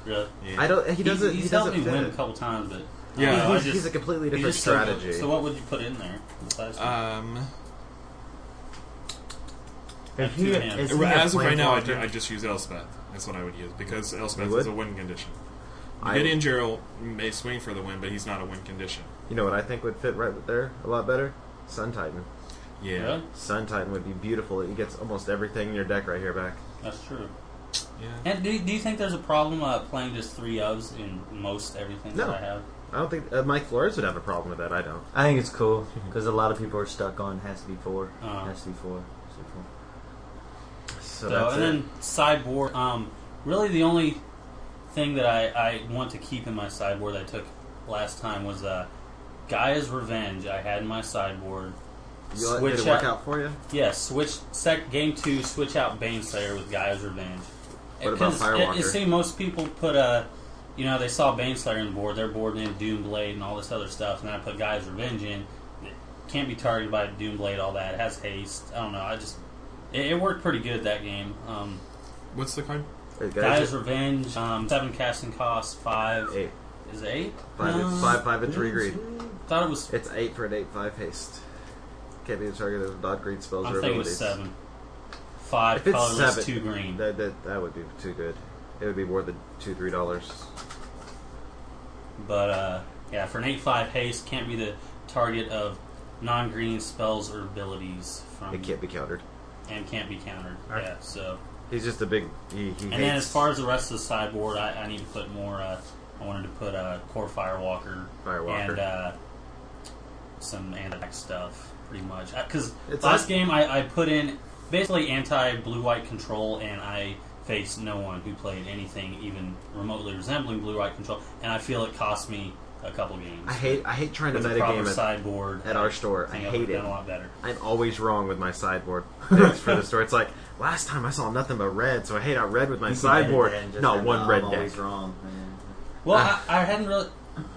really. Yeah. I don't. He He doesn't. He's he helped doesn't me fit win a it. couple times, but Yeah. I don't know, I he's, just- he's a completely he different just so good. strategy. So what would you put in there? besides- Um, If two he, hands. is he a as of right now, I planeswalker? ju- I just use Elspeth. That's what I would use because Elspeth would? is a win condition. I- Gideon Jura may swing for the win, but he's not a win condition. you know what I think would fit right there a lot better? Sun Titan. Yeah, Really? Sun Titan would be beautiful. It gets almost everything in your deck right here back. That's true. yeah. And do, do you think there's a problem uh, playing just three ofs in most everything No. that I have? I don't think uh, Mike Flores would have a problem with that. I don't. I think it's cool because a lot of people are stuck on has to be four, Uh-huh. has to be four, has to be four. So, So, that's and it. then sideboard. Um, really, the only thing that I, I want to keep in my sideboard that I took last time was uh, Gaia's Revenge. I had in my sideboard. You let, did it work out for you? Yeah, switch sec game two. Switch out Baneslayer with Gaia's Revenge. What about 'Cause Firewalker? It, you see, most people put a, you know, they saw Baneslayer on the board. Their board named Doomblade and all this other stuff, and then I put Gaia's Revenge in. It can't be targeted by Doomblade. All that it has haste. I don't know. I just it, it worked pretty good that game. Um, What's the card? Hey, guys, Gaia's Revenge. Um, seven casting costs. Five eight. is it eight. Five, No. five, five, and three green. Thought it was. It's eight for an eight five haste. Can't be the target of dot green spells I'm or thinking abilities. it's seven. Five If it's colorless, seven- two green. That, that that would be too good. It would be more than two three dollars. But uh, yeah, for an 8 5 haste, can't be the target of non green spells or abilities from It can't be countered. and can't be countered. Alright. Yeah, so. He's just a big. He, he hates. And then as far as the rest of the sideboard, I, I need to put more. Uh, I wanted to put uh, Core Firewalker, Firewalker. and uh, some anti stuff, pretty much. Because It's last like- game I, I put in basically anti blue white control, and I faced no one who played anything even remotely resembling blue white control, and I feel it cost me a couple games. I hate I hate trying to With a meta proper game at, sideboard at our store. I think would've hate it. done a lot better. I'm always wrong with *laughs* my sideboard picks for the store. It's like last time I saw nothing but red, so I hate out red with my sideboard. And just Not like, one "No, red I'm deck. always wrong, man. Well, Ah. I, I hadn't really.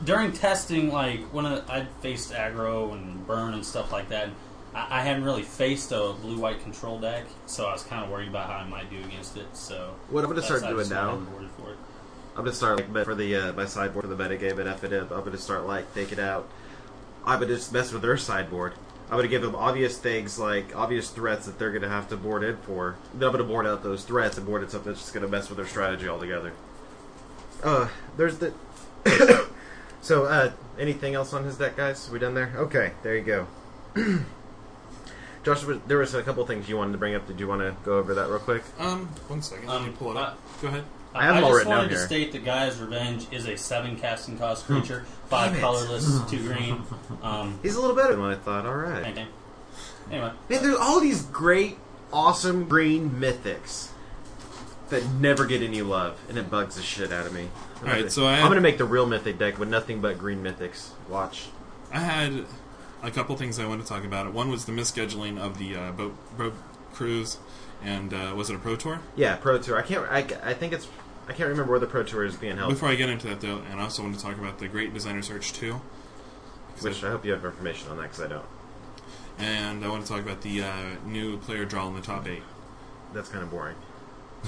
During testing, like when I faced aggro and burn and stuff like that, I, I hadn't really faced a blue-white control deck, so I was kind of worried about how I might do against it. So What I'm gonna that's- start I doing just now. went overboard for it. I'm gonna start like met- for the uh, my sideboard for the metagame and F it up. I'm gonna start like take it out. I'm gonna just mess with their sideboard. I'm gonna give them obvious things like obvious threats that they're gonna have to board in for. Then I'm gonna board out those threats and board in something that's just gonna mess with their strategy altogether. Uh, there's the. *coughs* so, uh, anything else on his deck, guys? We done there? Okay, there you go. *coughs* Josh, was- there was a couple things you wanted to bring up. Did you want to go over that real quick? Um, one second. Let Um, me pull it up. Go ahead. I have them all just written down wanted to here. Hmm. state that Guy's Revenge is a seven casting cost creature, five Damn it. colorless, two green. *laughs* Um, He's a little better than what I thought. All right. okay. Anyway, Man, there's all these great, awesome green mythics that never get any love, and it bugs the shit out of me. All right, so I I'm had- gonna make the real mythic deck with nothing but green mythics. Watch. I had a couple things I want to talk about. One was the misscheduling of the uh, boat boat cruise, and uh, was it a pro tour? Yeah, Pro Tour. I can't. I, I think it's. I can't remember where the Pro Tour is being held. Before I get into that, though, and I also want to talk about the Great Designer Search 2, which I hope you have information on that because I don't. and I want to talk about the uh, new player draw in the top eight. That's kind of boring.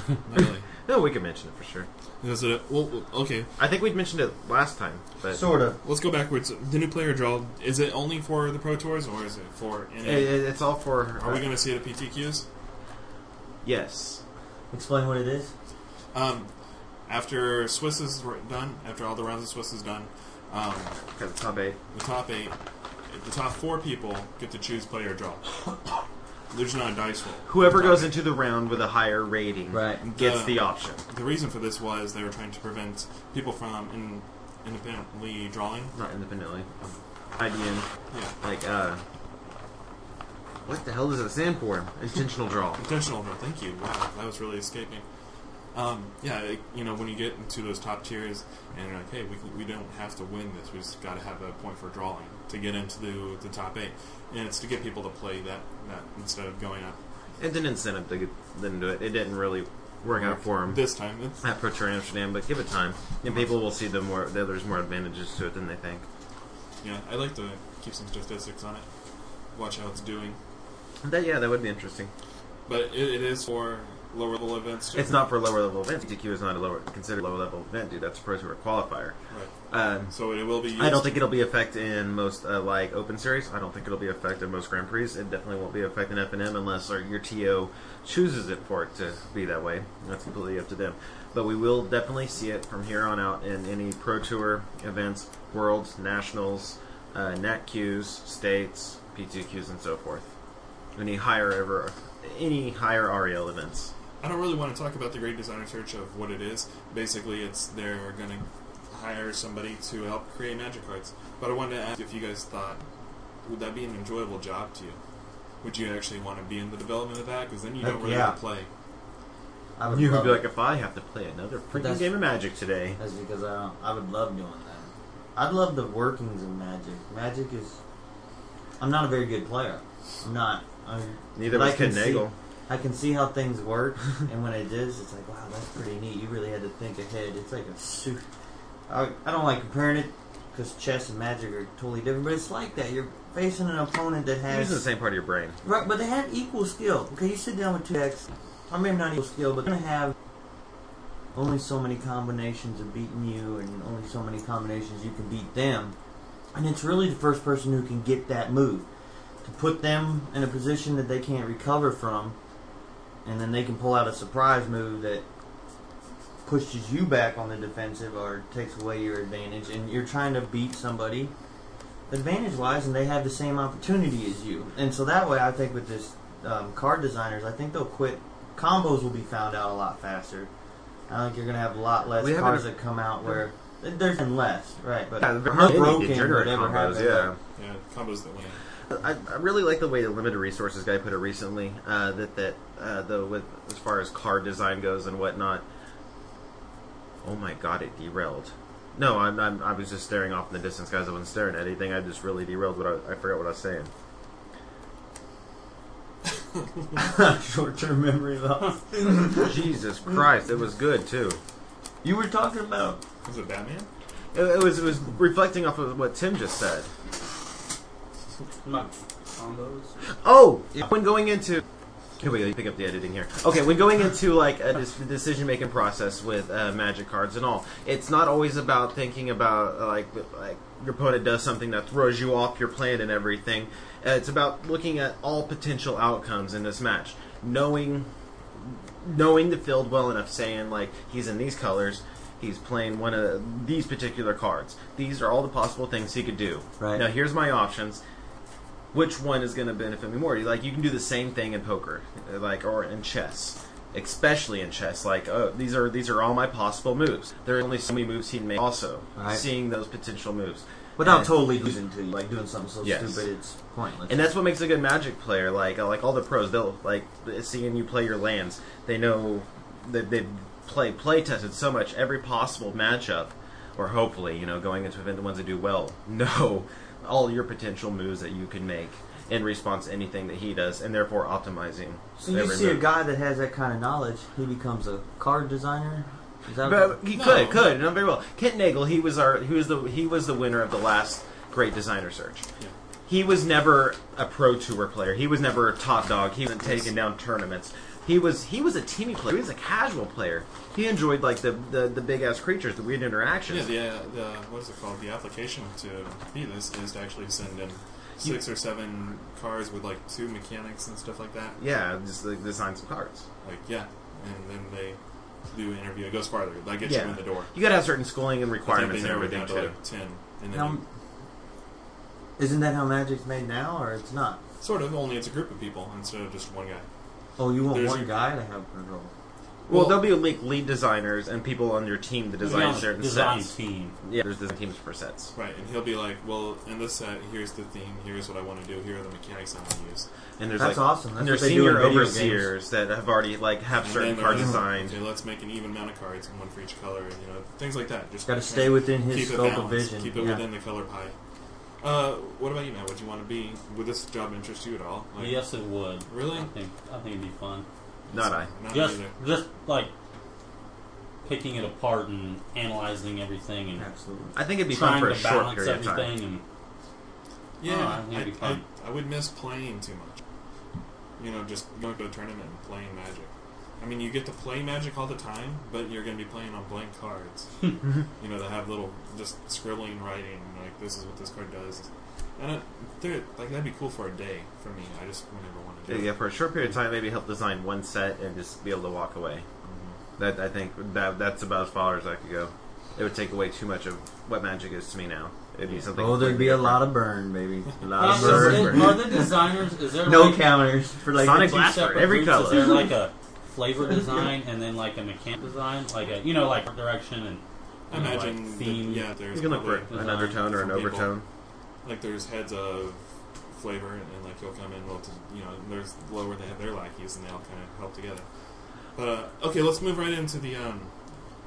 Not really. *laughs* No, we could mention it for sure. Is it a- well, okay, I think we mentioned it last time, but Sort of. let's go backwards. The new player draw, is it only for the pro tours, or is it for it, any? it- it's all for. Are we going to see it at PTQs? Yes. Explain what it is. Um, after Swiss is r- done, after all the rounds of Swiss is done, um, Got the top eight. the top eight, the top four people get to choose player draw. There's not a dice roll. Whoever goes into the round with a higher rating Right. gets Uh, the option. The reason for this was they were trying to prevent people from in, independently drawing. Not independently. IDN. Yeah, like uh what the hell does it stand for? Intentional draw. intentional draw. Thank you. Wow, that was really escaping. Um, yeah, it- you know when you get into those top tiers, and you're like, hey, we, we don't have to win this. We just got to have a point for drawing to get into the, the top eight, and it's to get people to play that that instead of going up. It didn't incentive to them to do it. It didn't really work out for them This time, it's at Pro Tour Amsterdam, but give it time, and people will see the more that there's more advantages to it than they think. Yeah, I like to keep some statistics on it, watch how it's doing. That yeah, that would be interesting. But it, it is for lower level events. too. It's not for lower level events. DQ is not a lower considered lower level event, dude. That's a Pro Tour qualifier. Right. Um, So it will be. Used. I don't think it'll be effect in most uh, like open series. I don't think it'll be effect in most Grand Prix. It definitely won't be effect in F and M unless our, your TO chooses it for it to be that way. That's completely up to them. But we will definitely see it from here on out in any Pro Tour events, Worlds, Nationals, uh, NatQs, States, P2Qs, and so forth. Any higher ever, any higher REL events. I don't really want to talk about the Great Designer Search of what it is. Basically, it's they're going to hire somebody to help create magic cards. But I wanted to ask if you guys thought would that be an enjoyable job to you? Would you actually want to be in the development of that? Because then you Heck don't really yeah. have to play. I would You would love be like, it. if I have to play another freaking that's- game of Magic today, That's because I don't, I would love doing that. I'd love the workings of magic. Magic is. I'm not a very good player. I'm not. I'm, neither but was I can Ken see- Nagel. I can see how things work, and when it is, it's like, wow, that's pretty neat. You really had to think ahead. It's like a suit. I, I don't like comparing it because chess and magic are totally different, but it's like that. You're facing an opponent that Using the has. same part of your brain. Right, but they have equal skill. Okay, you sit down with two decks. I mean, not equal skill, but they're going to have only so many combinations of beating you, and only so many combinations you can beat them. And it's really the first person who can get that move to put them in a position that they can't recover from, and then they can pull out a surprise move that pushes you back on the defensive or takes away your advantage. And you're trying to beat somebody advantage wise, and they have the same opportunity as you. And so that way, I think with this um, card designers, I think they'll quit. Combos will be found out a lot faster. I think you're going to have a lot less We haven't- cards that come out where there's been less, right? But Yeah, they're heartbroken really degenerate whatever combos, happened. yeah. Yeah, combos that win. I, I really like the way the limited resources guy put it recently. Uh, that that uh, though with as far as card design goes and whatnot. Oh my god, it derailed. No, I'm, I'm I was just staring off in the distance, guys. I wasn't staring at anything. I just really derailed. What I, I forgot what I was saying. *laughs* Short-term memory loss. Jesus Christ, it was good too. you were talking about Was it Batman? It, it was it was reflecting off of what Tim just said. My combos. Oh, when going into here we go. You pick up the editing here. Okay, when going into like a decision making process with uh, magic cards and all, it's not always about thinking about uh, like like your opponent does something that throws you off your plan and everything. Uh, it's about looking at all potential outcomes in this match, knowing knowing the field well enough, saying like he's in these colors. He's playing one of these particular cards. These are all the possible things he could do. Right. Now here's my options which one is going to benefit me more? Like you can do the same thing in poker, like or in chess, especially in chess. Like oh, these are these are all my possible moves. There are only so many moves he can make. Also, Right. seeing those potential moves, without And- totally eh, losing to you, like doing something so Yes. stupid it's pointless. and that's what makes a good Magic player. Like uh, like all the pros, they'll like seeing you play your lands. They know that they play play tested so much every possible matchup, or hopefully you know going into event the ones that do well *laughs* know all your potential moves that you can make in response to anything that he does, and therefore optimizing. so you every see a move. guy that has that kind of knowledge, he becomes a card designer. Is that But he No. could, could, not very well. Kent Nagel, he was our, he was the, he was the winner of the last great designer search. Yeah. He was never a pro tour player. He was never a top dog. He wasn't taking down tournaments. He was, he was a teamy player. He was a casual player. He enjoyed like the, the, the big ass creatures, the weird Yeah, interactions. the, uh, the what is it called? The application to be this is to actually send in six or seven cars with like two mechanics and stuff like that. Yeah, just like design some cards. Like yeah, and then they do an interview. It goes farther. That gets Yeah. you in the door. You gotta have certain schooling and I think they requirements and narrow it everything down to too. like ten, and then Now, you- isn't that how magic's made now, or it's not? sort of only it's a group of people instead of just one guy. Oh, you want There's- one guy to have control. Well, there'll be like lead designers and people on your team to Maybe design on the certain design sets. team. Yeah, there's design teams for sets. Right, and he'll be like, "Well, in this set, here's the theme. Here's what I want to do. Here are the mechanics I want to use." And there's That's like awesome. That's and there's what they do in senior video overseers that have already like have And certain then, card uh, designs. Okay, let's make an even amount of cards, and one for each color, and you know things like that. Just Got to kinda stay within his keep it scope of balanced, vision. Keep it yeah. within the color pie. Uh, what about you, Matt? Would you want to be? Would this job interest you at all? Like, Yes, it would. Really? I think I think it'd be fun. Not I. Not just either. just like picking it apart and analyzing everything and Absolutely. I think it'd be fun trying for a to short balance period of time. everything and Yeah, Oh, I, that'd be I, fun. I would miss playing too much. You know, just going to a tournament and playing Magic. I mean, you get to play Magic all the time, but you're going to be playing on blank cards. *laughs* you know, that have little just scribbling, writing like this is what this card does. And it, they're- like that'd be cool for a day for me. I just would never want to do. Yeah, for a short period of time, maybe help design one set and just be able to walk away. Mm-hmm. That I think that that's about as far as I could go. It would take away too much of what magic is to me now. It'd be something. Oh, there'd be a lot of burn, baby. A Uh, lot of Yeah, so is burn. it- are the designers is there No like counters for like Sonic two Blast for separate every groups? Is there color. *laughs* like a flavor design and then like a mechanic design, like a you know like art direction and I you know, imagine like that- theme. yeah, there's He's gonna look probably- for an undertone or an Some people. overtone. like there's heads of flavor, and, like you'll come in, well, to, you know, there's lower they have their lackeys, and they all kind of help together. But uh, okay, let's move right into the um.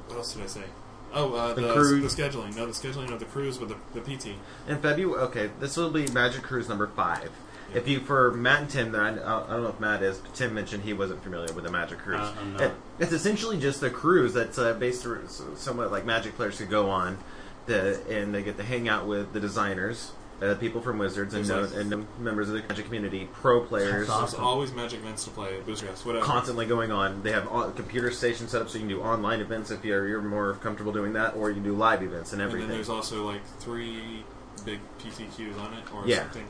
What else did I say? Oh, uh, The the, the, cruise. scheduling. No, the scheduling of the cruise with the, the PT. In February, okay, this will be Magic Cruise number five. If you for Matt and Tim, I, I don't know if Matt is, but Tim mentioned he wasn't familiar with the Magic Cruise. Uh, I'm not. It- it's essentially just a cruise that's uh, based ar- so- somewhat like Magic players could go on, the, and they get to hang out with the designers, uh, people from Wizards, and, There's known, like- and members of the Magic community, pro players. That's There's Awesome. always magic events to play. Booster yes, whatever. Constantly going on. They have on- computer stations set up so you can do online events if you're, you're more comfortable doing that, or you can do live events and And everything. then there's also like three big PTQs on it or Yeah. something.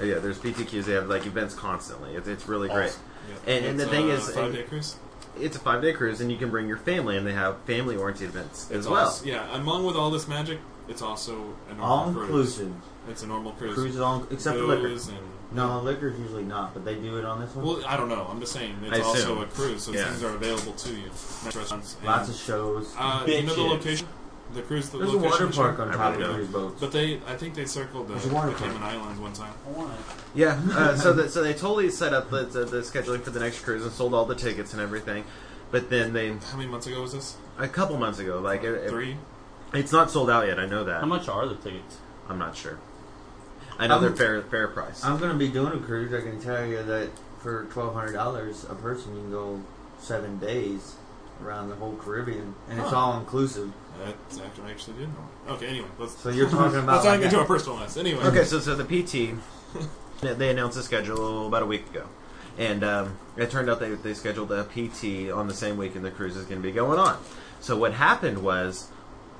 Uh, Yeah, there's PTQs. They have like events constantly. It's, it's really great. Awesome. Yeah. And- and the It's, thing uh, is- five day cruise. It's a five day cruise, and you can bring your family, and they have family oriented events as It's well. also- yeah, among with all this magic, it's also a normal All cruise. inclusive. It's a normal cruise. Cruise is all except for liquor. Booze and No, liquor's usually not, but they do it on this one. well, I don't know. I'm just saying it's I assume. also a cruise, so Yeah. things are available to you. Nice restaurants. and- Lots of shows. Uh, you know the Bitches. location, the cruise. The There's a location water is- park on I top really of don't. cruise boats. But they, I think they circled the, There's a water the park. Cayman Islands one time. I want it. Yeah, uh, so that, so they totally set up the, the, the scheduling for the next cruise and sold all the tickets and everything. But then they, How many months ago was this? a couple months ago, like it, it- Three. it's not sold out yet. I know that. How much are the tickets? I'm not sure. I know I'm- they're fair fair price. I'm gonna be doing a cruise. I can tell you that for twelve hundred dollars a person, you can go seven days around the whole Caribbean, and it's Huh. all inclusive. That's actually I actually did know. Okay, anyway, let's So *laughs* you're talking about let's not like get into a- our personal list. Anyway, Okay, so so the PT, they- they announced the schedule about a week ago, and um, it turned out they they scheduled a PT on the same weekend the cruise is going to be going on. So what happened was,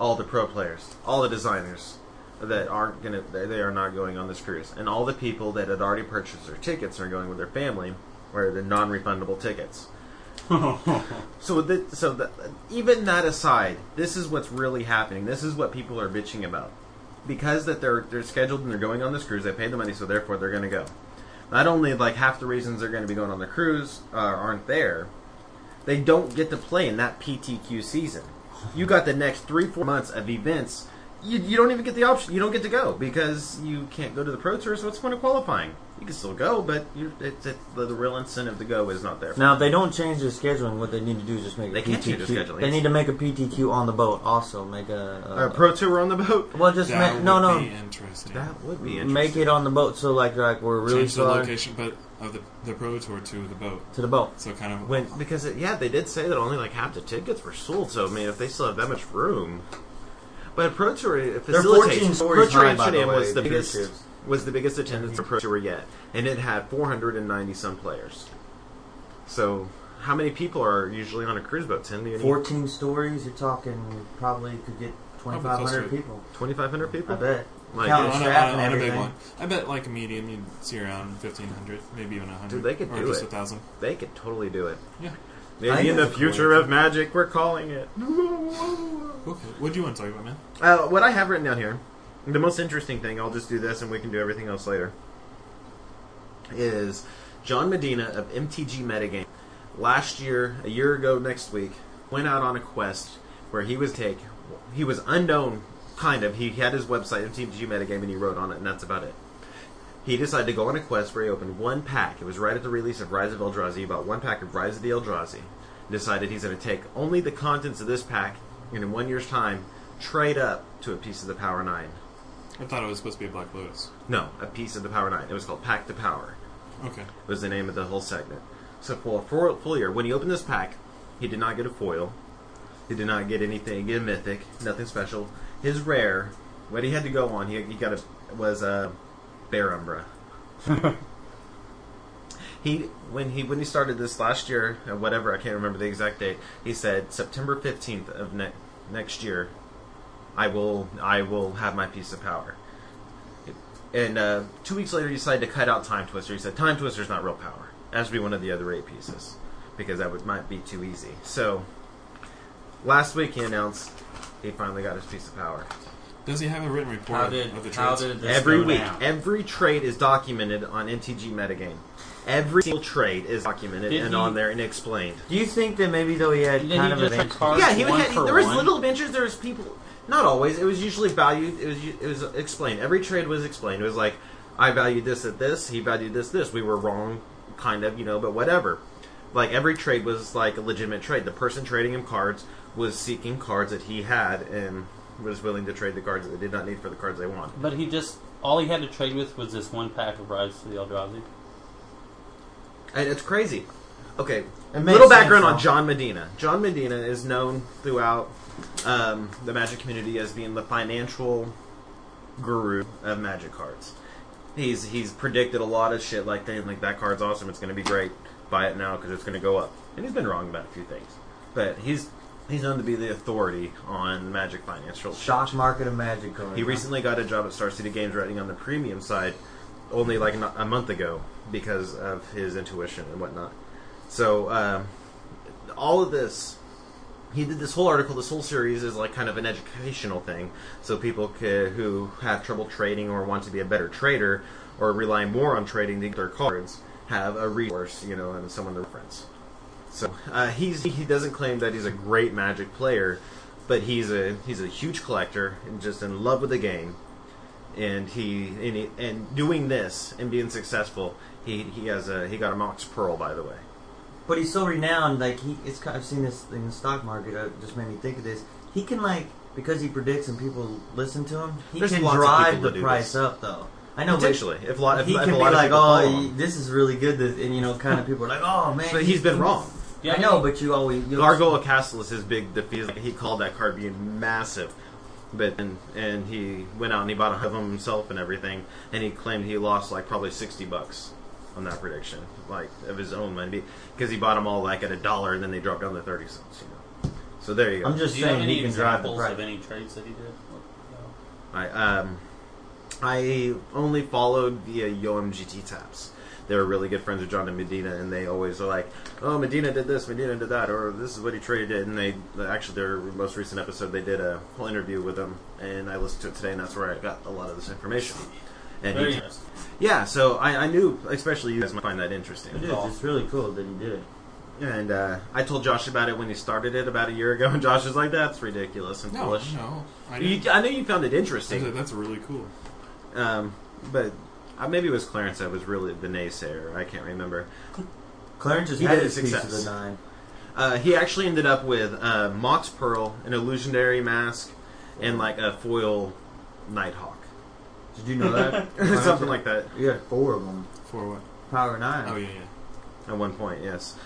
all the pro players, all the designers that aren't going to they, they are not going on this cruise, and all the people that had already purchased their tickets are going with their family, or the non-refundable tickets. So, th so the, even that aside, this is what's really happening. This is what people are bitching about, because that they're they're scheduled and they're going on this cruise. They paid the money, so therefore they're going to go. Not only like half the reasons they're going to be going on the cruise uh, aren't there, they don't get to play in that PTQ season. You got the next three four months of events. You, you don't even get the option. You don't get to go because you can't go to the pro tour. So what's the point of qualifying? You can still go, but you, it's, it's, the, the real incentive to go is not there. Now, if they don't change their scheduling, what they need to do is just make a They PTQ. can't change their scheduling. They need to make a PTQ on the boat. Also, make a, Or a pro tour on the boat. Well, just that make, no, would no, be interesting. That would be interesting. make it on the boat. So like, like we're really Change the far location, but of the the pro tour to the boat. to the boat. So kind of When because it, yeah, they did say that only like half the tickets were sold. So I mean, if they still have that much room, but Pro Tour it They're facilitates. 14 Pro stories Tour high, by the Amsterdam way. was the cruise biggest ships. was the biggest attendance for Pro Tour yet, and it had 490 some players. So how many people are usually on a cruise boat? 10 to 14 stories. You're talking probably could get Probably 2,500 closer. people. 2,500 I people. bet. Like, Count on, the a, staff on, and a- on a big everything. one. I bet like a medium you'd see around fifteen hundred, maybe even hundred. Dude, they could or do just it. a thousand. They could totally do it. Yeah. I Maybe in the think- future of magic, we're calling it. Okay. What do you want to talk about, man? Uh, what I have written down here, the most interesting thing, I'll just do this and we can do everything else later, is John Medina of MTG Metagame last year, a year ago next week, went out on a quest where he was take he was unknown kind of. He had his website MTG Metagame and he wrote on it and that's about it. He decided to go on a quest where he opened one pack. It was right at the release of Rise of Eldrazi. He bought one pack of Rise of the Eldrazi. Decided he's going to take only the contents of this pack, and in one year's time, trade up to a piece of the Power Nine. I thought it was supposed to be a Black Lotus. No, a piece of the Power Nine. It was called Pack the Power Okay. was the name of the whole segment. So for a full, full year, when he opened this pack, he did not get a foil. He did not get anything, get a mythic, nothing special. His rare, what he had to go on, he, he got a was a bear umbra. he when he when he started this last year, or whatever I can't remember the exact date. He said September fifteenth of ne- next year, I will I will have my piece of power. And uh, two weeks later, he decided to cut out Time Twister. He said, Time Twister's not real power. It has to be one of the other eight pieces, because that would, might be too easy. So, last week he announced he finally got his piece of power. Does he have a written report How did of the how trades? did this Every go week, down? every trade is documented on MTG Metagame. Every single trade is documented Did and he- on there and explained. Do you think that maybe though he had Did he kind of just an like card yeah, he would one have, for there was one? little adventures. There was people, not always. It was usually valued. It was u- it was explained. Every trade was explained. It was like I valued this at this. He valued this this. We were wrong, kind of, you know, but whatever. like every trade was like a legitimate trade. The person trading him cards was seeking cards that he had and was willing to trade the cards that they did not need for the cards they wanted. But he just all he had to trade with was this one pack of rides to the Eldrazi. And it's crazy. Okay, It makes little background sense, on John Medina. John Medina is known throughout um, the Magic community as being the financial guru of Magic cards. He's he's predicted a lot of shit like that. Like that card's awesome. It's going to be great. Buy it now because it's going to go up. And he's been wrong about a few things, but he's he's known to be the authority on Magic financial. Shock market of magic cards. He recently got a job at Star City Games writing on the premium side only like not- a month ago because of his intuition and whatnot. So, um, all of this, he did this whole article, this whole series is like kind of an educational thing. So, people ca who have trouble trading or want to be a better trader or rely more on trading to get their cards have a resource, you know, and someone to reference. So uh, he's he doesn't claim that he's a great Magic player, but he's a he's a huge collector and just in love with the game. And he and, he, and doing this and being successful, he he has a he got a Mox Pearl by the way. But he's so renowned, like he, it's. ki- I've seen this in the stock market. It just made me think of this. He can like because he predicts and people listen to him. He There's can lots of drive people that the do price this. up, though. I know, but Potentially, if a lot if, he if can a be lot of like, people follow "Oh, him. this is really good," this, and you know, kind of people are like, "Oh man." but he's been wrong. I know, but you always you Gargoyle Castle is his big defeat. He called that card being massive. But and, and he went out and he bought a hundred of them himself and everything, and he claimed he lost like probably sixty bucks on that prediction, like of his own money, because he bought them all like at a dollar and then they dropped down to thirty cents. You know, so there you go. I'm just Do you have saying any he can drive the examples price. of any trades that he did? I um, I only followed via YoMGT taps. They were really good friends with John and Medina, and they always are like, "Oh, Medina did this, Medina did that, or this is what he traded." And they actually their most recent episode, they did a whole interview with him, and I listened to it today, and that's where I got a lot of this information. And Very he, interesting. yeah, so I, I knew, especially you guys might find that interesting. It is. It's really cool that he did it. And uh, I told Josh about it when he started it about a year ago, and Josh was like, "That's ridiculous and No, foolish." no. I You, didn't. I know you found it interesting. That's really cool. Um, but uh, maybe it was Clarence that was really the naysayer. I can't remember. Clarence has He had did his it piece of success. the nine. Uh, he actually ended up with uh, Mox Pearl, an illusionary mask, and like a foil Nighthawk. *laughs* Did you know that? Something like that You had four of them. For what? Power nine. Oh, yeah, yeah. at one point, yes. *laughs*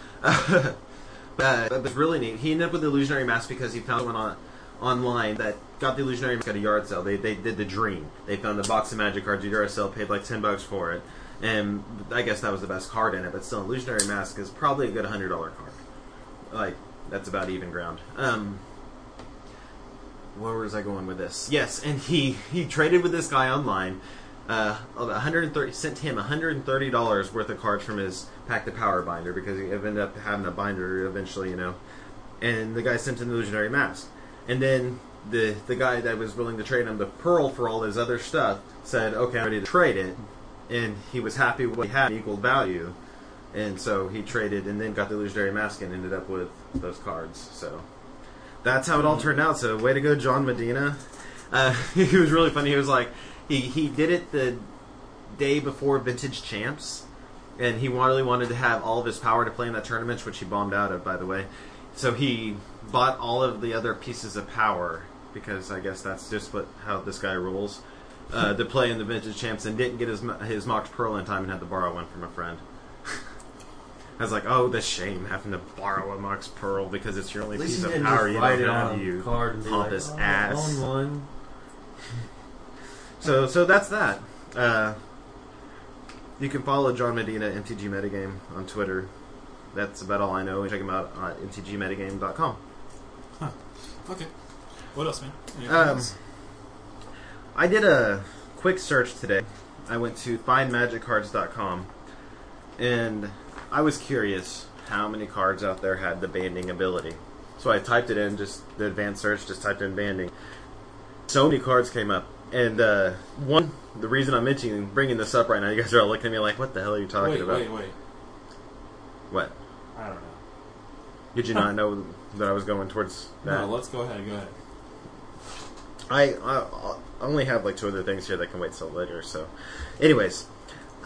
Uh, but it was really neat. He ended up with the illusionary mask because he found one on, online that got the illusionary mask at a yard sale. They, they did the dream. They found a box of magic cards at a yard sale, paid like 10 bucks for it. And I guess that was the best card in it, but still, illusionary mask is probably a good $100 card. Like, that's about even ground. Um, where was I going with this? Yes, and he he traded with this guy online. Uh, 130 sent him 130 dollars worth of cards from his pack the power binder because he ended up having a binder eventually, you know. And the guy sent him the illusionary mask, and then the the guy that was willing to trade him the pearl for all his other stuff said, "Okay, I'm ready to trade it," and he was happy with what he had equal value, and so he traded and then got the illusionary mask and ended up with those cards. So that's how it all turned out. So way to go, John Medina. Uh, *laughs* he was really funny. He was like, he he did it the day before Vintage Champs, and he really wanted to have all of his power to play in that tournament, which he bombed out of, by the way. So he bought all of the other pieces of power because I guess that's just what how this guy rolls. Uh, to play in the Vintage Champs and didn't get his mo- his mocked pearl in time and had to borrow one from a friend. *laughs* I was like, oh, the shame having to borrow a mocked pearl because it's your only At least piece he of didn't power just you write don't it on have. a You card and be like, pompous "Oh, I ass." own one. So so that's that. Uh, you can follow John Medina MTG Metagame on Twitter. That's about uh, all I know. Check him out on mtgmetagame.com. Okay. What else, man? Anything Um, else? I did a quick search today. I went to findmagiccards.com and I was curious how many cards out there had the banding ability. So I typed it in, just the advanced search, just typed in banding. So many cards came up. And uh, one, the reason I'm mentioning bringing this up right now, you guys are all looking at me like, "What the hell are you talking wait, about?" wait, wait. What? I don't know. Did you *laughs* not know that I was going towards that? No, let's go ahead. Go ahead. I, I I only have like two other things here that can wait till later. So, anyways,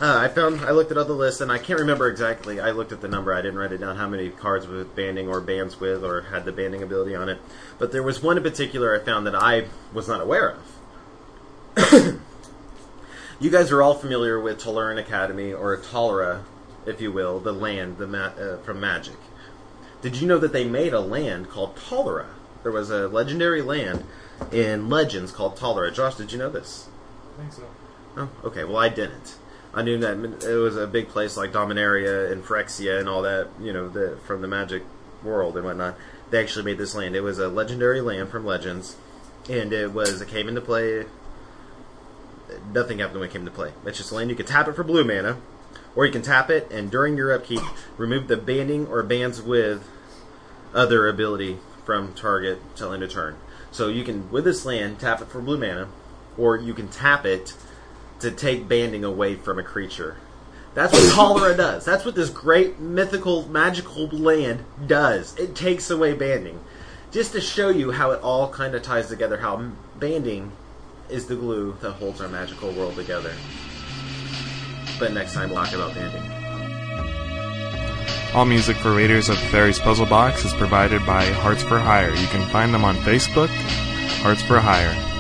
Uh, I found. I looked at other lists, and I can't remember exactly. I looked at the number. I didn't write it down. How many cards with banding or bands with, or had the banding ability on it. But there was one in particular I found that I was not aware of. *coughs* you guys are all familiar with Toleran Academy, or Tolera, if you will, the land the ma- uh, from Magic. Did you know that they made a land called Tolera? There was a legendary land in Legends called Tolera. Josh, did you know this? I think so. Oh, okay. Well, I didn't. I knew that min- it was a big place like Dominaria and Phyrexia and all that, you know, the, from the magic world and whatnot. They actually made this land. It was a legendary land from Legends, and it was it came into play. Nothing happened when it came to play. It's just a land you could tap it for blue mana, or you can tap it and during your upkeep remove the banding or bands with other ability from target till end of turn. So you can with this land tap it for blue mana, or you can tap it to take banding away from a creature. That's what cholera does. That's what this great mythical magical land does. It takes away banding. Just to show you how it all kind of ties together, how m- banding is the glue that holds our magical world together. But next time we'll talk about banding. All music for Raiders of the Fairies Puzzle Box is provided by Hearts for Hire. You can find them on Facebook, Hearts for Hire.